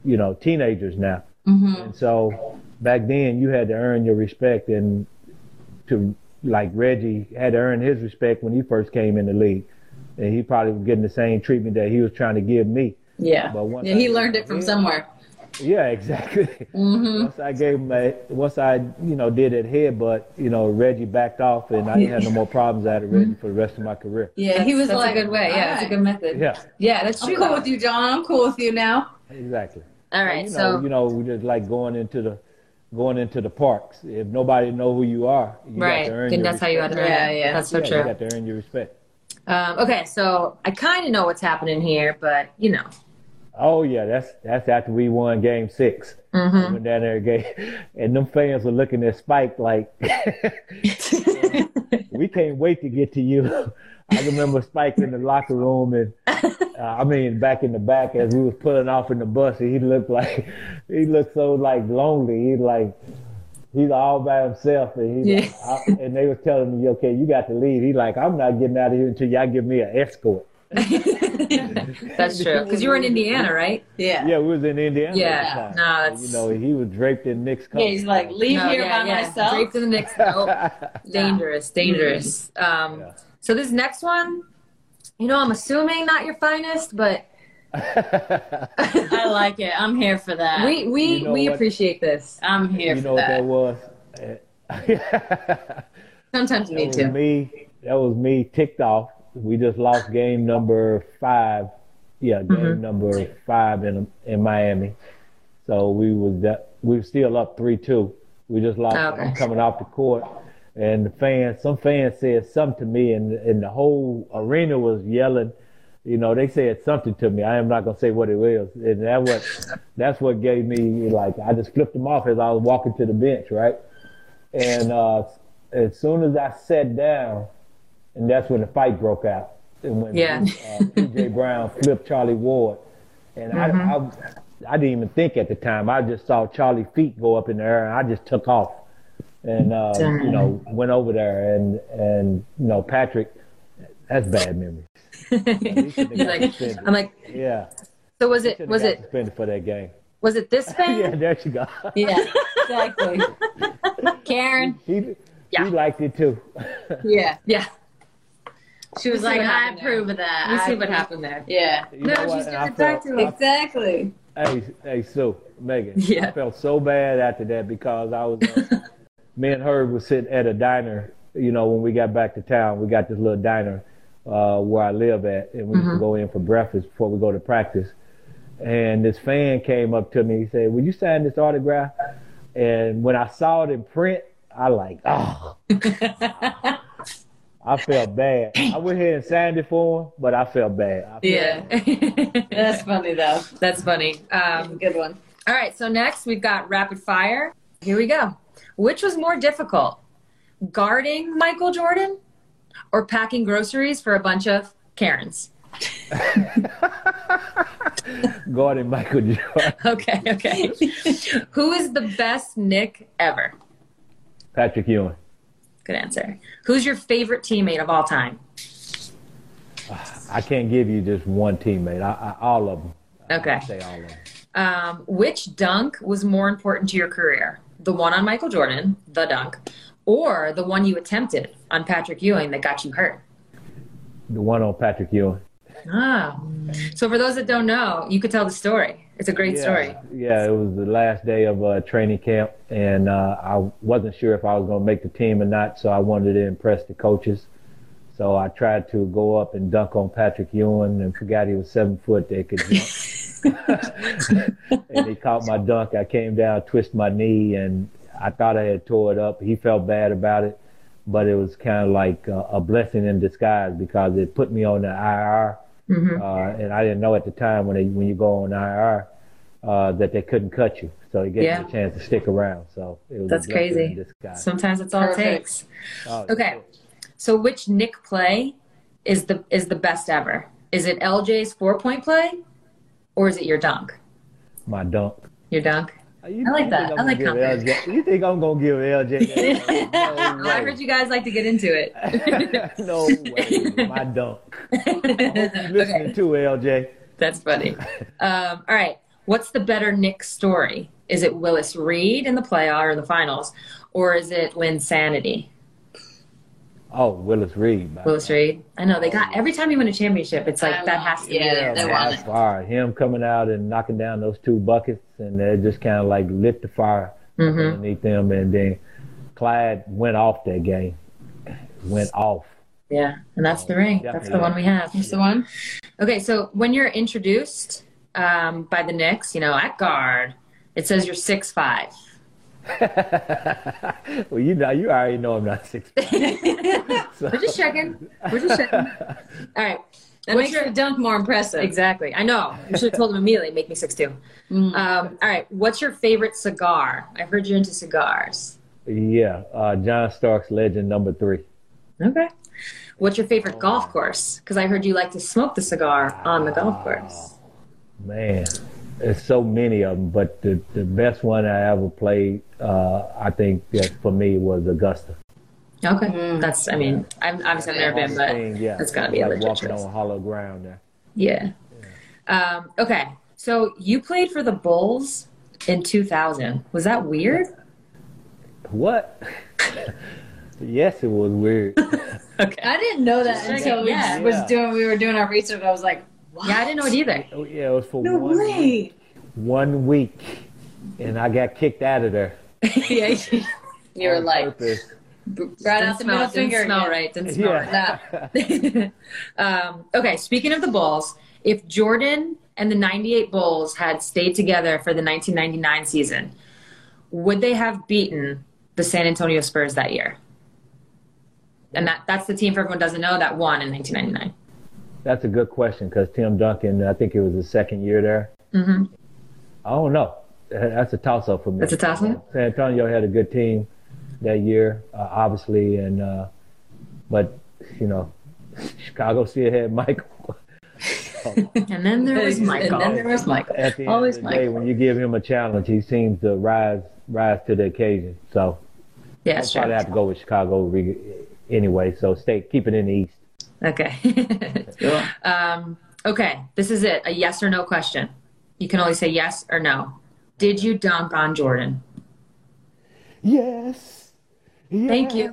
Speaker 6: you know teenagers now and so back then you had to earn your respect and to like reggie had to earn his respect when he first came in the league and he probably was getting the same treatment that he was trying to give me
Speaker 2: Yeah.
Speaker 6: But once
Speaker 2: yeah
Speaker 6: I
Speaker 2: he
Speaker 6: did
Speaker 2: learned
Speaker 6: my
Speaker 2: it from
Speaker 6: hair-
Speaker 2: somewhere.
Speaker 6: yeah, exactly. Once I gave him a, once I, you know, did that headbutt, you know, Reggie backed off and I didn't have no more problems out of Reggie for the rest of my career.
Speaker 2: Yeah, he was
Speaker 5: That's
Speaker 2: like "Ah."
Speaker 5: a good way. Yeah, it's a
Speaker 2: "Alright,
Speaker 5: good method.
Speaker 6: Yeah,
Speaker 5: Yeah, that's true.
Speaker 2: I'm cool
Speaker 5: though.
Speaker 2: with you, John. I'm cool with you now.
Speaker 6: exactly.
Speaker 5: All right,
Speaker 6: you know,
Speaker 5: so
Speaker 6: you know, we just like going into the going into the parks. If nobody know who you are, you
Speaker 5: right,
Speaker 6: got to earn
Speaker 5: then
Speaker 6: your
Speaker 5: that's how you got
Speaker 6: respect.
Speaker 5: to earn. it.
Speaker 2: Yeah, yeah.
Speaker 5: That's so
Speaker 6: Yeah,
Speaker 5: true.
Speaker 6: You got to earn your respect.
Speaker 5: Um, okay, so I kind of know what's happening here, but you know,
Speaker 6: Oh yeah, that's that's after we won Game 6 We went down there and game, and them fans were looking at Spike like, we can't wait to get to you. I remember Spike in the locker room and uh, I mean back in the back as we was pulling off in the bus, and he looked like he looked so like lonely. He like he's all by himself, and he like, I, and they was telling me, okay, you got to leave. He like, I'm not getting out of here until y'all give me an escort.
Speaker 5: that's true. Because you were in Indiana, right?
Speaker 2: Yeah.
Speaker 6: Yeah, we was in Indiana.
Speaker 5: Yeah.
Speaker 6: at the time.
Speaker 5: No, that's-
Speaker 6: you know he was draped in Nick's coat.
Speaker 2: Yeah, he's like, leave
Speaker 5: No,
Speaker 2: here
Speaker 5: yeah,
Speaker 2: by
Speaker 5: yeah.
Speaker 2: myself.
Speaker 5: Draped in the Knicks. Nope. dangerous, dangerous. Um,
Speaker 6: Yeah.
Speaker 5: So this next one, you know, I'm assuming not your finest, but
Speaker 2: I like it. I'm here for that.
Speaker 5: we we
Speaker 6: You know
Speaker 5: we
Speaker 6: what?
Speaker 5: appreciate this.
Speaker 2: I'm here
Speaker 6: you
Speaker 2: for
Speaker 6: know what
Speaker 2: that.
Speaker 6: that was? that
Speaker 2: Sometimes you need
Speaker 6: was
Speaker 2: to.
Speaker 6: me. That was me ticked off. We just lost game number five yeah, game number five in in Miami. So we was de- we were still up three two. We just lost
Speaker 5: Okay.
Speaker 6: coming off the court, and the fans, some fans said something to me, and and the whole arena was yelling. You know, they said something to me. I am not gonna say what it was, and that what that's what gave me like I just flipped them off as I was walking to the bench, right? And uh, as soon as I sat down, and that's when the fight broke out. And when
Speaker 5: Yeah.
Speaker 6: uh, PJ Brown flipped Charlie Ward, and
Speaker 5: Mm-hmm.
Speaker 6: I, I, I didn't even think at the time. I just saw Charlie's feet go up in the air, and I just took off, and uh, you know went over there, and and you know Patrick, that's bad memory.
Speaker 5: He's like, I'm like,
Speaker 6: yeah,
Speaker 5: so was it?
Speaker 6: should've
Speaker 5: Was
Speaker 6: got
Speaker 5: it?
Speaker 6: suspended for that game?
Speaker 5: Was it this thing?
Speaker 6: Yeah, there she go.
Speaker 4: Yeah, exactly. Karen.
Speaker 6: he, he liked it too.
Speaker 4: Yeah.
Speaker 5: Yeah.
Speaker 4: She was
Speaker 5: see
Speaker 4: like,
Speaker 5: what
Speaker 4: I
Speaker 5: happened there.
Speaker 4: approve of that.
Speaker 5: You see
Speaker 4: I-
Speaker 5: what happened there.
Speaker 4: Yeah.
Speaker 6: You know what? And I felt-
Speaker 4: Exactly.
Speaker 6: Hey, hey, Sue, Megan.
Speaker 5: Yeah.
Speaker 6: I felt so bad after that because I was, uh, me and her was sitting at a diner. You know, when we got back to town, we got this little diner uh, where I live at, and we used to go in for breakfast before we go to practice. And this fan came up to me. He said, "Will you sign this autograph?" And when I saw it in print, I like, oh. I felt bad. I went ahead and signed it for him, but I felt bad. I felt
Speaker 5: Yeah.
Speaker 4: That's funny though.
Speaker 5: That's funny. Um,
Speaker 4: Good one.
Speaker 5: all right. So next we've got rapid fire. Here we go. Which was more difficult, guarding Michael Jordan, or packing groceries for a bunch of Karens?
Speaker 6: guarding Michael Jordan,
Speaker 5: Okay. Okay. Who is the best Nick ever?
Speaker 6: Patrick Ewing.
Speaker 5: Good answer. Who's your favorite teammate of all time?
Speaker 6: I can't give you just one teammate. I, I all of them.
Speaker 5: Okay.
Speaker 6: I say all of them.
Speaker 5: Um, which dunk was more important to your career? The one on Michael Jordan, the dunk, or the one you attempted on Patrick Ewing that got you hurt?
Speaker 6: The one on Patrick Ewing.
Speaker 5: Oh. So for those that don't know, you could tell the story. It's a great story.
Speaker 6: Yeah, it was the last day of uh, training camp, and uh, I wasn't sure if I was going to make the team or not, so I wanted to impress the coaches. So I tried to go up and dunk on Patrick Ewing, and forgot he was seven foot. They could jump, and he caught my dunk. I came down, twisted my knee, and I thought I had tore it up. He felt bad about it, but it was kind of like uh, a blessing in disguise because it put me on the IR,
Speaker 5: Mm-hmm.
Speaker 6: uh, and I didn't know at the time when they, when you go on IR uh, that they couldn't cut you. So it gave
Speaker 5: Yeah.
Speaker 6: me a chance to stick around. So it was
Speaker 5: That's
Speaker 6: a blessing
Speaker 5: crazy.
Speaker 6: in disguise.
Speaker 5: Sometimes that's all it
Speaker 4: Perfect.
Speaker 5: takes.
Speaker 6: Oh,
Speaker 5: Okay. So which Nick play is the is the best ever? Is it LJ's four point play, or is it your dunk?
Speaker 6: My dunk.
Speaker 5: Your dunk.
Speaker 6: You
Speaker 5: I like
Speaker 6: you
Speaker 5: that.
Speaker 6: think
Speaker 5: I
Speaker 6: I'm gonna
Speaker 5: like
Speaker 6: give
Speaker 5: confidence.
Speaker 6: LJ You think I'm gonna give LJ? that? No
Speaker 5: I
Speaker 6: way.
Speaker 5: heard you guys like to get into it.
Speaker 6: no way. My dunk. Listening to LJ.
Speaker 5: That's funny. Um, all right. What's the better Nick story? Is it Willis Reed in the playoff or the finals, or is it Lynn Sanity?
Speaker 6: Oh, Willis Reed. man.
Speaker 5: Willis Reed. I know they got every time you win a championship, it's like
Speaker 4: I
Speaker 5: that
Speaker 4: know.
Speaker 5: has to
Speaker 4: Yeah.
Speaker 5: be
Speaker 6: Yeah,
Speaker 5: it.
Speaker 4: they
Speaker 6: man,
Speaker 4: won
Speaker 6: that's
Speaker 4: it.
Speaker 6: fire. Him coming out and knocking down those two buckets, and they just kind of like lit the fire
Speaker 4: Mm-hmm.
Speaker 6: underneath them. And then Clyde went off that game. Went off.
Speaker 5: Yeah, and that's the ring. That's the
Speaker 6: Definitely.
Speaker 5: one we have.
Speaker 4: That's the one.
Speaker 5: Okay, so when you're introduced um, by the Knicks, you know at guard, it says you're six five.
Speaker 6: well, you know, you already know I'm not six.
Speaker 5: We're just checking. We're just checking. All right.
Speaker 4: That
Speaker 5: What's
Speaker 4: makes
Speaker 5: your-
Speaker 4: the dunk more impressive.
Speaker 5: Exactly. I know. You should have told him immediately. Make me six two. Um, all right. What's your favorite cigar? I heard you're into cigars.
Speaker 6: yeah, uh, John Starks legend number three.
Speaker 5: Okay. What's your favorite golf course? Because I heard you like to smoke the cigar on the golf course.
Speaker 6: Man, there's so many of them, but the, the best one I ever played, uh, I think that for me was Augusta.
Speaker 5: Okay. Mm. That's. I mean, I'm obviously I've never been, but
Speaker 6: Thing, yeah,
Speaker 5: that's gotta be a
Speaker 6: like
Speaker 5: legit
Speaker 6: walking
Speaker 5: choice.
Speaker 6: on hollow ground. There.
Speaker 5: yeah. Um, okay. So you played for the Bulls in 2000. Was that weird?
Speaker 6: What? yes, it was weird.
Speaker 4: I didn't know that until we
Speaker 5: Yeah.
Speaker 4: was
Speaker 6: Yeah.
Speaker 4: doing we were doing our research. I was like, what?
Speaker 5: Yeah, I didn't know it either.
Speaker 6: Oh, yeah, it was for one one week, and I got kicked out of there.
Speaker 5: yeah.
Speaker 4: You were
Speaker 6: on
Speaker 4: like
Speaker 6: purpose.
Speaker 4: right
Speaker 5: Didn't
Speaker 4: out the
Speaker 5: smell,
Speaker 4: middle
Speaker 5: didn't
Speaker 4: finger.
Speaker 5: smell
Speaker 4: again.
Speaker 5: right. Didn't smell right.
Speaker 6: yeah.
Speaker 5: um, okay, speaking of the Bulls, if Jordan and the 98 Bulls had stayed together for the 1999 season, would they have beaten the San Antonio Spurs that year? And that, that's the team for everyone doesn't know that won in 1999.
Speaker 6: That's a good question because Tim Duncan, I think it was his second year there. I don't know. That- That's a toss up for me.
Speaker 5: Mm-hmm. That's a toss-up?
Speaker 6: San Antonio had a good team that year, uh, obviously, and uh, but you know, Chicago still had Michael.
Speaker 5: And then there was Michael.
Speaker 4: And then there was Michael.
Speaker 6: At the end
Speaker 4: Always
Speaker 6: of the day,
Speaker 4: Michael.
Speaker 6: when you give him a challenge, he seems to rise rise to the occasion. So
Speaker 5: yeah,
Speaker 6: I'll
Speaker 5: that's true.
Speaker 6: probably have to go with Chicago re- anyway. So stay keep it in the East.
Speaker 5: Okay. um, okay, this is it. A yes or no question. You can only say yes or no. Did you dunk on Jordan?
Speaker 6: Yes.
Speaker 5: Thank you.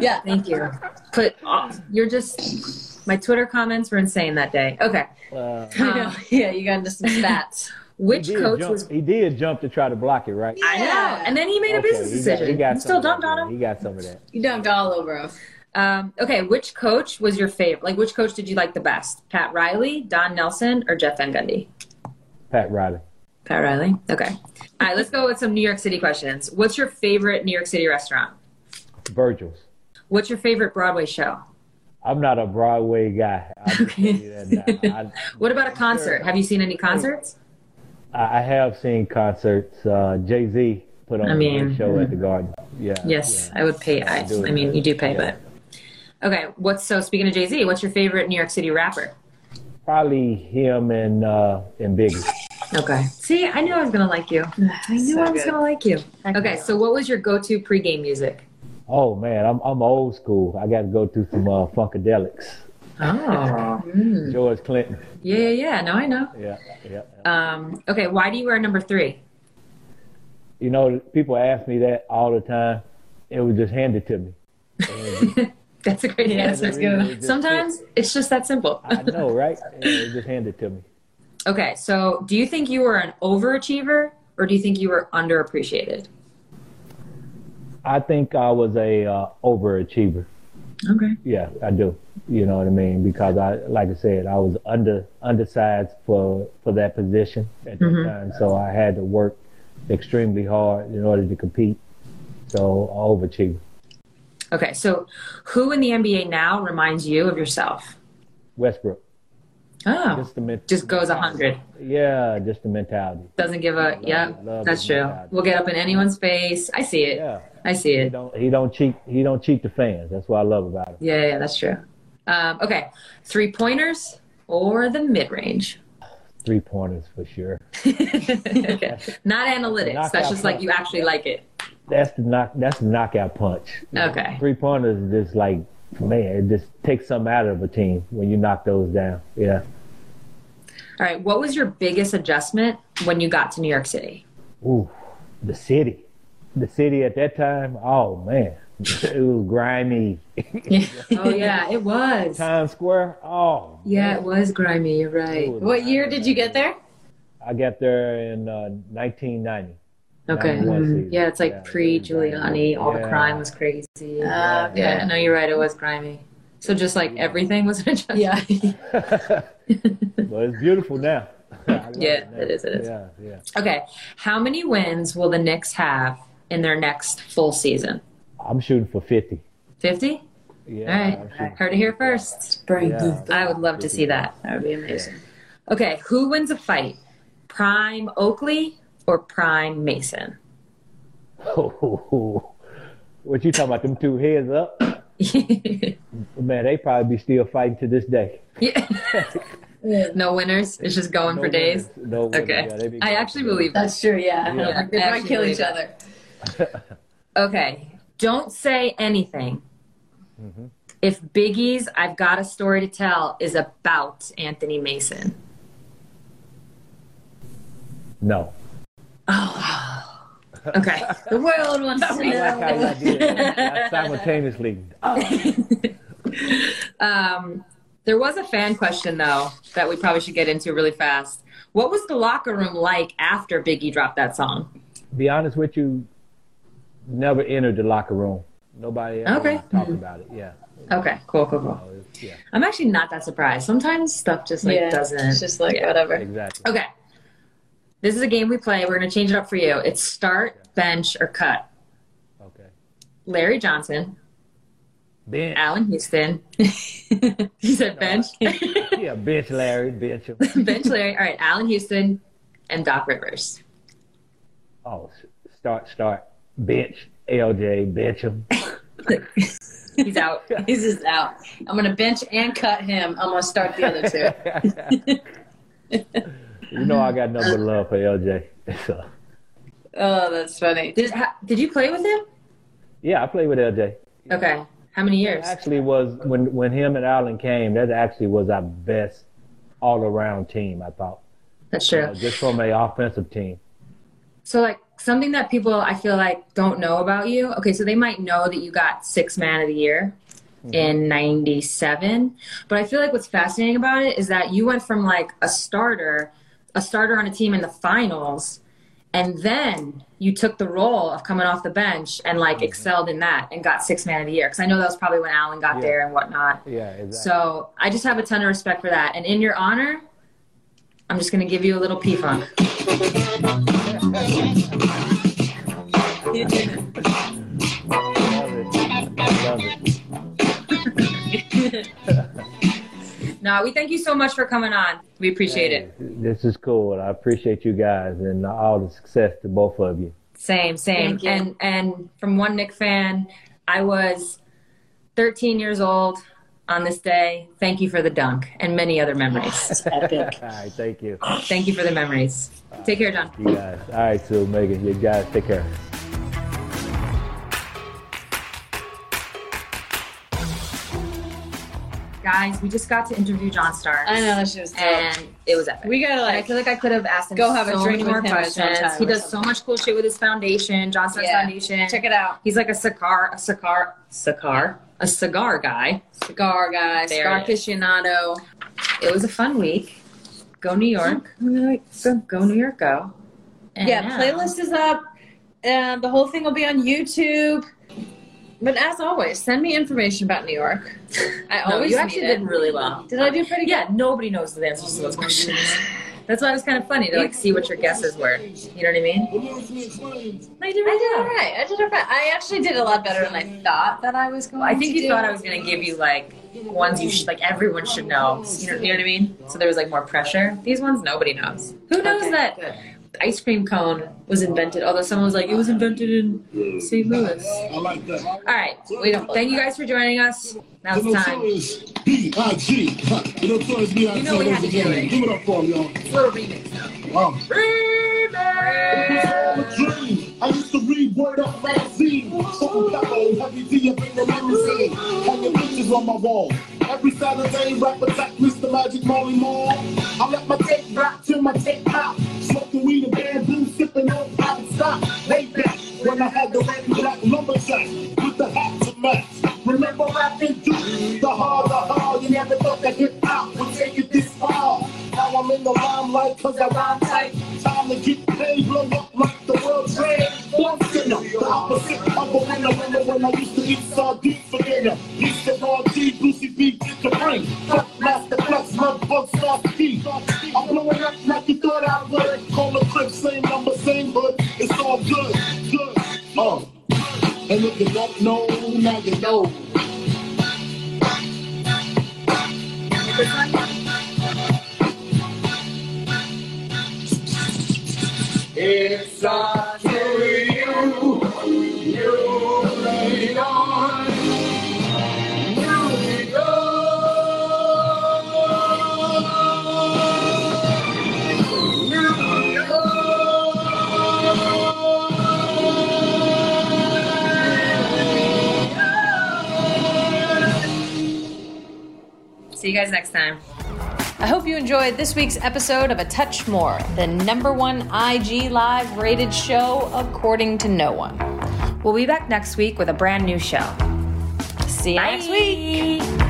Speaker 4: Yeah.
Speaker 5: Thank you. Put off. You're just my Twitter comments were insane that day. Okay.
Speaker 6: Uh,
Speaker 4: I know. Yeah, you got into some stats.
Speaker 5: Which
Speaker 6: he, did
Speaker 5: coach
Speaker 6: jump,
Speaker 5: was
Speaker 6: he did jump to try to block it, right?
Speaker 5: I know. And then he made a
Speaker 6: Okay,
Speaker 5: business
Speaker 6: he got-
Speaker 5: decision.
Speaker 6: he got
Speaker 5: He still
Speaker 6: some of
Speaker 5: dunked
Speaker 6: that,
Speaker 5: on him.
Speaker 6: He got some of that.
Speaker 4: You dunked all over him.
Speaker 5: Um, okay, which coach was your favorite? Like, which coach did you like the best? Pat Riley, Don Nelson, or Jeff Van Gundy?
Speaker 6: Pat Riley.
Speaker 5: Pat Riley. Okay. All right, let's go with some New York City questions. What's your favorite New York City restaurant?
Speaker 6: Virgil's.
Speaker 5: What's your favorite Broadway show?
Speaker 6: I'm not a Broadway guy. I can tell you that now. I-
Speaker 5: What about a concert? Have you seen any concerts?
Speaker 6: I I have seen concerts. Uh, Jay Z put on
Speaker 5: I
Speaker 6: a
Speaker 5: mean, mm-hmm.
Speaker 6: great show at the Garden. Yeah.
Speaker 5: Yes,
Speaker 6: yeah.
Speaker 5: I would pay. I,
Speaker 6: I do.
Speaker 5: I mean, you do pay,
Speaker 6: Yeah.
Speaker 5: but okay. What's so? Speaking of Jay Z, what's your favorite New York City rapper?
Speaker 6: Probably him and uh, and Biggie.
Speaker 5: Okay. See, I knew I was gonna like you. I knew I was gonna like you. Okay, so what was your go-to pregame music?
Speaker 6: Oh man, I'm I'm old school. I got to go through some uh, funkadelics.
Speaker 5: Oh,
Speaker 6: George Clinton.
Speaker 5: yeah, yeah, yeah. No, I know.
Speaker 6: Yeah, yeah.
Speaker 5: Um, okay, why do you wear number three?
Speaker 6: You know, people ask me that all the time. It was just handed to me.
Speaker 5: That's a great answer.
Speaker 6: that's good.
Speaker 5: Sometimes it's just that simple.
Speaker 6: I know, right? It was just handed to me.
Speaker 5: Okay, so do you think you were an overachiever or do you think you were underappreciated?
Speaker 6: I think I was a uh, overachiever.
Speaker 5: Okay.
Speaker 6: Yeah, I do. You know what I mean? Because I, like I said, I was under undersized for for that position at the
Speaker 5: Mm-hmm.
Speaker 6: time, so I had to work extremely hard in order to compete. So I overachieved.
Speaker 5: Okay, so who in the NBA now reminds you of yourself?
Speaker 6: Westbrook,
Speaker 5: Oh,
Speaker 6: just the men-
Speaker 5: just goes 100.
Speaker 6: yeah, just the mentality.
Speaker 5: Doesn't give a, yeah,
Speaker 6: love
Speaker 5: that's
Speaker 6: it,
Speaker 5: true.
Speaker 6: love it.
Speaker 5: We'll get up in anyone's face. I see it.
Speaker 6: Yeah,
Speaker 5: I see
Speaker 6: he
Speaker 5: it.
Speaker 6: don't he don't cheat he don't cheat the fans. That's what I love about him.
Speaker 5: Yeah, yeah, yeah, that's true. Um, okay, three pointers or the mid range?
Speaker 6: Three pointers for sure.
Speaker 5: okay. Not analytics. that's
Speaker 6: Knockout
Speaker 5: just like you actually like it.
Speaker 6: That's the knock. That's the knockout punch.
Speaker 5: Okay.
Speaker 6: Three pointers is just like man, it just takes something out of a team when you knock those down. Yeah.
Speaker 5: All right, what was your biggest adjustment when you got to New York City?
Speaker 6: Ooh, the city. The city at that time, oh man, it was grimy.
Speaker 5: oh, yeah, it was.
Speaker 6: Times Square, oh.
Speaker 5: Yeah, it was grimy. You're
Speaker 6: it
Speaker 5: right.
Speaker 6: was-
Speaker 4: What year did you get there?
Speaker 6: I got there in uh, 1990.
Speaker 5: Okay. mm-hmm.
Speaker 6: 91 season.
Speaker 5: Yeah, it's like
Speaker 6: Yeah,
Speaker 5: pre
Speaker 6: it was
Speaker 5: Giuliani. All the
Speaker 6: Yeah.
Speaker 5: crime was crazy.
Speaker 4: Uh,
Speaker 5: Yeah, no, you're right. It was grimy. So just like everything was an adjustment.
Speaker 4: yeah.
Speaker 6: But it's beautiful now. I love
Speaker 5: Yeah,
Speaker 6: now.
Speaker 5: it is, it is.
Speaker 6: Yeah, yeah.
Speaker 5: Okay. How many wins will the Knicks have in their next full season?
Speaker 6: I'm shooting for 50.
Speaker 5: 50?
Speaker 6: Yeah,
Speaker 5: All right.
Speaker 6: I'm shooting-
Speaker 5: Heard it here first.
Speaker 6: yeah.
Speaker 5: I would love to see that.
Speaker 4: That would be amazing.
Speaker 5: Okay. Who wins a fight? Prime Oakley or Prime Mason?
Speaker 6: What you talking about? Them two heads up? Man, they probably be still fighting to this day.
Speaker 5: Yeah. no winners. It's just going
Speaker 6: No
Speaker 5: for days.
Speaker 6: winners, No winners.
Speaker 5: Okay.
Speaker 6: Yeah, they be
Speaker 5: I
Speaker 6: going
Speaker 5: actually
Speaker 6: for days.
Speaker 5: believe that.
Speaker 4: That's true, yeah.
Speaker 6: Yeah.
Speaker 4: Like, they
Speaker 5: I
Speaker 4: might
Speaker 5: actually
Speaker 4: kill
Speaker 5: believe
Speaker 4: each
Speaker 5: that.
Speaker 4: other.
Speaker 5: Okay. Don't say anything. If Biggie's I've Got a Story to Tell is about Anthony Mason.
Speaker 6: No.
Speaker 5: Okay.
Speaker 4: The world wants to
Speaker 6: I like how
Speaker 4: know.
Speaker 6: y'all did it. Y'all simultaneously.
Speaker 5: um, there was a fan question, though, that we probably should get into really fast. What was the locker room like after Biggie dropped that song?
Speaker 6: Be honest with you, never entered the locker room. Nobody ever
Speaker 5: Okay.
Speaker 6: talked about it. Yeah. Oh,
Speaker 4: Okay, cool, cool, cool.
Speaker 6: yeah.
Speaker 5: I'm actually not that surprised. Sometimes stuff just like
Speaker 4: It's
Speaker 5: doesn't.
Speaker 4: just like whatever.
Speaker 6: Exactly.
Speaker 5: Okay. This is a game we play. We're gonna change it up for you. It's start, bench, or cut.
Speaker 6: Okay.
Speaker 5: Larry Johnson,
Speaker 6: Bench.
Speaker 5: Alan Houston. he said bench.
Speaker 6: Yeah, bench Larry, bench. him.
Speaker 5: bench Larry. All right, Alan Houston and Doc Rivers.
Speaker 6: Oh, s- start, start. Bench LJ, bench him.
Speaker 5: He's out.
Speaker 4: He's just out. I'm gonna bench and cut him. I'm gonna start the other two.
Speaker 6: You know I got nothing but love for LJ. So,
Speaker 4: Oh, that's funny.
Speaker 5: Did, ha, did you play with him?
Speaker 6: yeah, I played with LJ.
Speaker 5: Okay. How many years?
Speaker 6: Actually, was when when him and Allen came, that actually was our best all around team. I thought,
Speaker 5: That's
Speaker 6: Uh,
Speaker 5: true.
Speaker 6: just from a offensive team.
Speaker 5: So like something that people I feel like don't know about you. Okay, so they might know that you got six man of the year
Speaker 6: Mm-hmm.
Speaker 5: in 97 but i feel like what's fascinating about it is that you went from like a starter a starter on a team in the finals and then you took the role of coming off the bench and
Speaker 6: Mm-hmm.
Speaker 5: like excelled in that and got six man of the year because i know that was probably when alan got
Speaker 6: Yeah.
Speaker 5: there and whatnot
Speaker 6: Yeah, exactly.
Speaker 5: so i just have a ton of respect for that and in your honor i'm just going to give you a little p-funk
Speaker 6: Love it. Love it.
Speaker 5: No, we thank you so much for coming on. We appreciate it.
Speaker 6: This is cool. I appreciate you guys and all the success to both of you.
Speaker 5: Same, same.
Speaker 4: Thank you.
Speaker 5: And and from one Nick fan, I was 13 years old on this day. Thank you for the dunk and many other memories.
Speaker 6: All right, thank you.
Speaker 5: thank you for the memories. Take care, John.
Speaker 6: You guys. All right, so Megan, you guys take care.
Speaker 5: Guys, we just got to interview John Starks.
Speaker 4: I know that she was dope.
Speaker 5: And it was epic.
Speaker 4: We gotta
Speaker 5: And I
Speaker 4: like
Speaker 5: feel like I could have asked him
Speaker 4: go have a
Speaker 5: so
Speaker 4: drink with
Speaker 5: many more
Speaker 4: him
Speaker 5: questions.
Speaker 4: sometime
Speaker 5: He
Speaker 4: or
Speaker 5: does so
Speaker 4: something.
Speaker 5: much cool shit with his foundation, John Starks
Speaker 4: Yeah.
Speaker 5: Foundation.
Speaker 4: check it out.
Speaker 5: He's like a cigar, a cigar, cigar, a cigar guy.
Speaker 4: Cigar guy,
Speaker 5: There
Speaker 4: cigar
Speaker 5: it is.
Speaker 4: aficionado.
Speaker 5: It was a fun week. Go New York. Go, go New York. Go. And
Speaker 4: Yeah,
Speaker 5: now-
Speaker 4: playlist is up. Um, the whole thing will be on YouTube. But as always, send me information about New York. I
Speaker 5: No,
Speaker 4: always
Speaker 5: you
Speaker 4: need
Speaker 5: actually
Speaker 4: it.
Speaker 5: did really well.
Speaker 4: Did I do pretty
Speaker 5: Yeah, nobody knows the answers to those questions. That's why it was kind of funny to like see what your guesses were. You know what I mean? No, you did
Speaker 4: good? I did
Speaker 5: really
Speaker 4: all
Speaker 5: well.
Speaker 4: right. I did all right. I actually did a lot better than I thought that I was going.
Speaker 5: I think
Speaker 4: to
Speaker 5: you
Speaker 4: do.
Speaker 5: thought I was gonna give you like ones you should like everyone should know. You know, you know what I mean? So there was like more pressure. These ones nobody knows. Who knows
Speaker 4: Okay,
Speaker 5: that
Speaker 4: good.
Speaker 5: ice cream cone was invented? Although someone was like, it was invented in St. Louis.
Speaker 8: I like that.
Speaker 5: All right.
Speaker 4: We don't.
Speaker 5: Thank you guys for joining us. Now
Speaker 8: The
Speaker 5: it's time.
Speaker 8: notorious B.I.G. Huh. The notorious B.I.G.
Speaker 5: You know we had to do it.
Speaker 8: Give it up for him, y'all.
Speaker 5: little remix.
Speaker 8: Wow. I used to read Word Up magazine. Smoking pepper and heavy D up in the limousine. Hanging pictures on my wall. Every Saturday, rap attack, Mr. Magic Molly Mall. I let my tape rock till my tape pop. Smoking weed and bamboo, sipping on pop stock. Laid back when I had the red and black lumberjack with the hat to match. Remember rapping through the hard, the hard. You never thought that hip hop would take it this far. Now I'm in the limelight cause I rhyme tight. Time to get paid, blow up like the world trade. One sinner, the opposite of a winner. Winner when I used to eat sardines for dinner. Used to raw G, Brucey B, get the ring. Cut master flex, love bug, sauce, key. I'm blowing up like you thought I would. Call the crib, same number, same hood. It's all good, good. Uh. And if you don't know, now you know. It's up to you. You lead on. You lead on. You lead on.
Speaker 5: See you guys next time.
Speaker 2: I hope you enjoyed this week's episode of A Touch More, the number one IG Live rated show according to no one.
Speaker 5: We'll be back next week with a brand new show.
Speaker 2: See you next week.
Speaker 5: Bye.